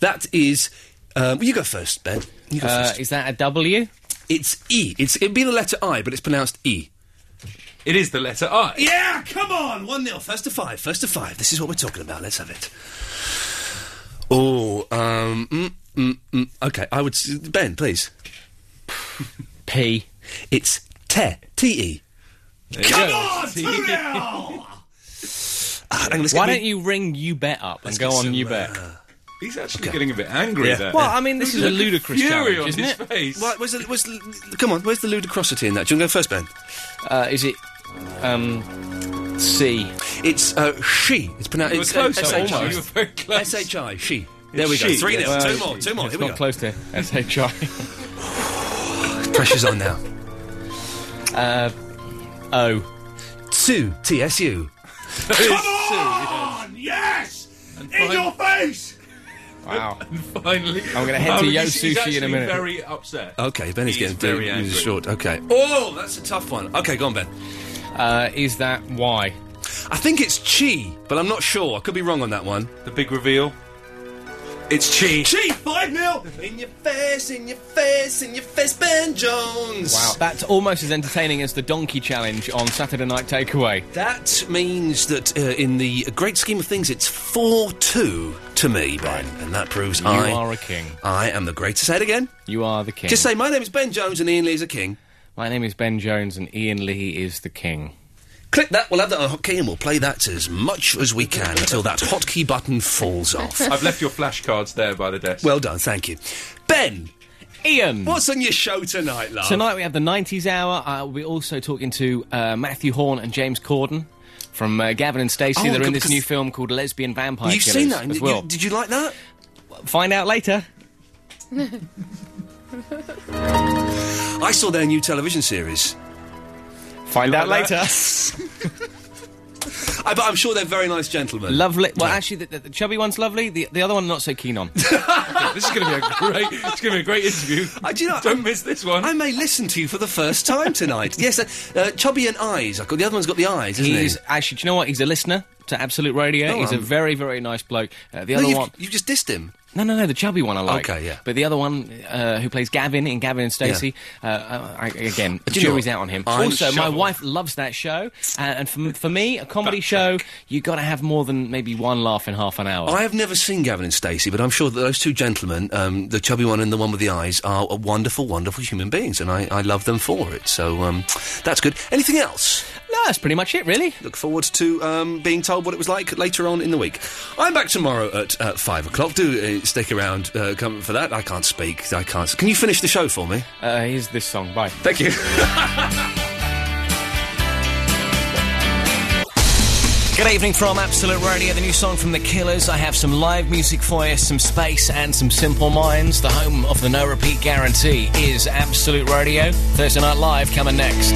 That is. Um, you go first, Ben. You go
Uh,
first.
Is that a W?
It's E. It's, it'd be the letter I, but it's pronounced E.
It is the letter I.
Yeah, come on! 1 0. First to five. First to five. This is what we're talking about. Let's have it. Oh, um. Mm, mm, mm. Okay, I would. s- Ben, please.
P.
It's te. T E.
you
Come
go.
on! 2 0! Ah, hang on, let's
Why
get me-
don't you ring You Bet up and
Let's
go
get
on
some, uh,
You Bet?
He's actually getting a bit angry
Yeah.
there.
Well, I mean, this
Look
is a
at the
ludicrous
fury
challenge,
on
isn't
his
it?
face.
Why- where's the, where's the- come on, where's the ludicrosity in that? Do you want to go first, Ben?
Uh, is it um, C?
It's uh, she. It's pronounced.
You were
it's
close,
S-
almost.
S-H-I.
You were
very close.
S-H-I, she. There we go. Three nil.
Well,
Two more. Two more.
It's
Here we go.
not close to SHI.
Pressure's on now.
Uh, o.
oh. Two. T-S-U.
on! Yes! In your face!
Wow.
Finally.
I'm gonna head to Yo
he's- he's
Sushi in a
actually
minute.
very upset.
Okay, Benny's
He's
getting
very
he's
angry.
short. Okay. Oh, that's a tough one. Okay, go on, Ben.
Uh, is that Y?
I think it's chi, but I'm not sure. I could be wrong on that one.
The big reveal.
It's cheap. Cheap.
Five mil in your face, in your face, in your face, Ben Jones.
Wow, that's almost as entertaining as the donkey challenge on Saturday Night Takeaway.
That means that uh, in the great scheme of things, it's 4 2 to me, Ben. And that proves
You
I.
are a king.
I am the greatest. Say it again.
You are the king.
Just say, my name is Ben Jones and Ian Lee is a king.
My name is Ben Jones and Ian Lee is the king.
Click that, we'll have that on hotkey and we'll play that as much as we can until that hotkey button falls off.
I've left your flashcards there by the desk.
Well done, thank you. Ben!
Ian!
What's on your show tonight, love?
Tonight we have the 90s hour. Uh, we're also talking to uh, Matthew Horn and James Corden from uh, Gavin and Stacey.
Oh,
They're in
good,
this new film called Lesbian Vampire
You've
Killers
seen that,
as
you-
well.
did you like that?
Find out later.
I saw their new television series.
Find out later.
I, but I'm sure they're very nice gentlemen.
Lovely. Well, actually, the, the, the chubby one's lovely. The, the other one, not so keen on.
this is going to be a great. It's going to be a great interview.
I do not.
Don't miss this one.
I may listen to you for the first time tonight. yes, uh, uh, Chubby and Eyes. I got, the other one's got the eyes, isn't
He's
he?
actually, do you know what? He's a listener to Absolute Radio.
Oh,
He's a
I'm-
very, very nice bloke. Uh, the
No,
other
you've-
one.
You just dissed him.
No, no, no. The chubby one I like.
Okay, yeah.
But the other one uh, who plays Gavin in Gavin and Stacey, uh, I, I- again,
Do you know
jury's
what?
out on him.
I'm
also, my
shocked.
wife loves that show, uh, and for, for me, a comedy show, you got to have more than maybe one laugh in half an hour.
I have never seen Gavin and Stacey, but I'm sure that those two gentlemen, um, the chubby one and the one with the eyes, are a wonderful, wonderful human beings, and I, I love them for it. So um, that's good. Anything else?
No, that's pretty much it, really.
Look forward to um, being told what it was like later on in the week. I'm back tomorrow at uh, five o'clock. Do uh, stick around. Uh, come for that. I can't speak. I can't. s- Can you finish the show for me?
Uh, here's this song. Bye.
Thank you.
Good evening from Absolute Radio, the new song from The Killers. I have some live music for you, some space, and some simple minds. The home of the no repeat guarantee is Absolute Radio. Thursday Night Live coming next.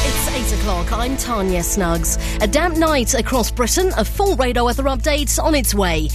It's 8 o'clock. I'm Tanya Snuggs. A damp night across Britain. A full radar weather update on its way.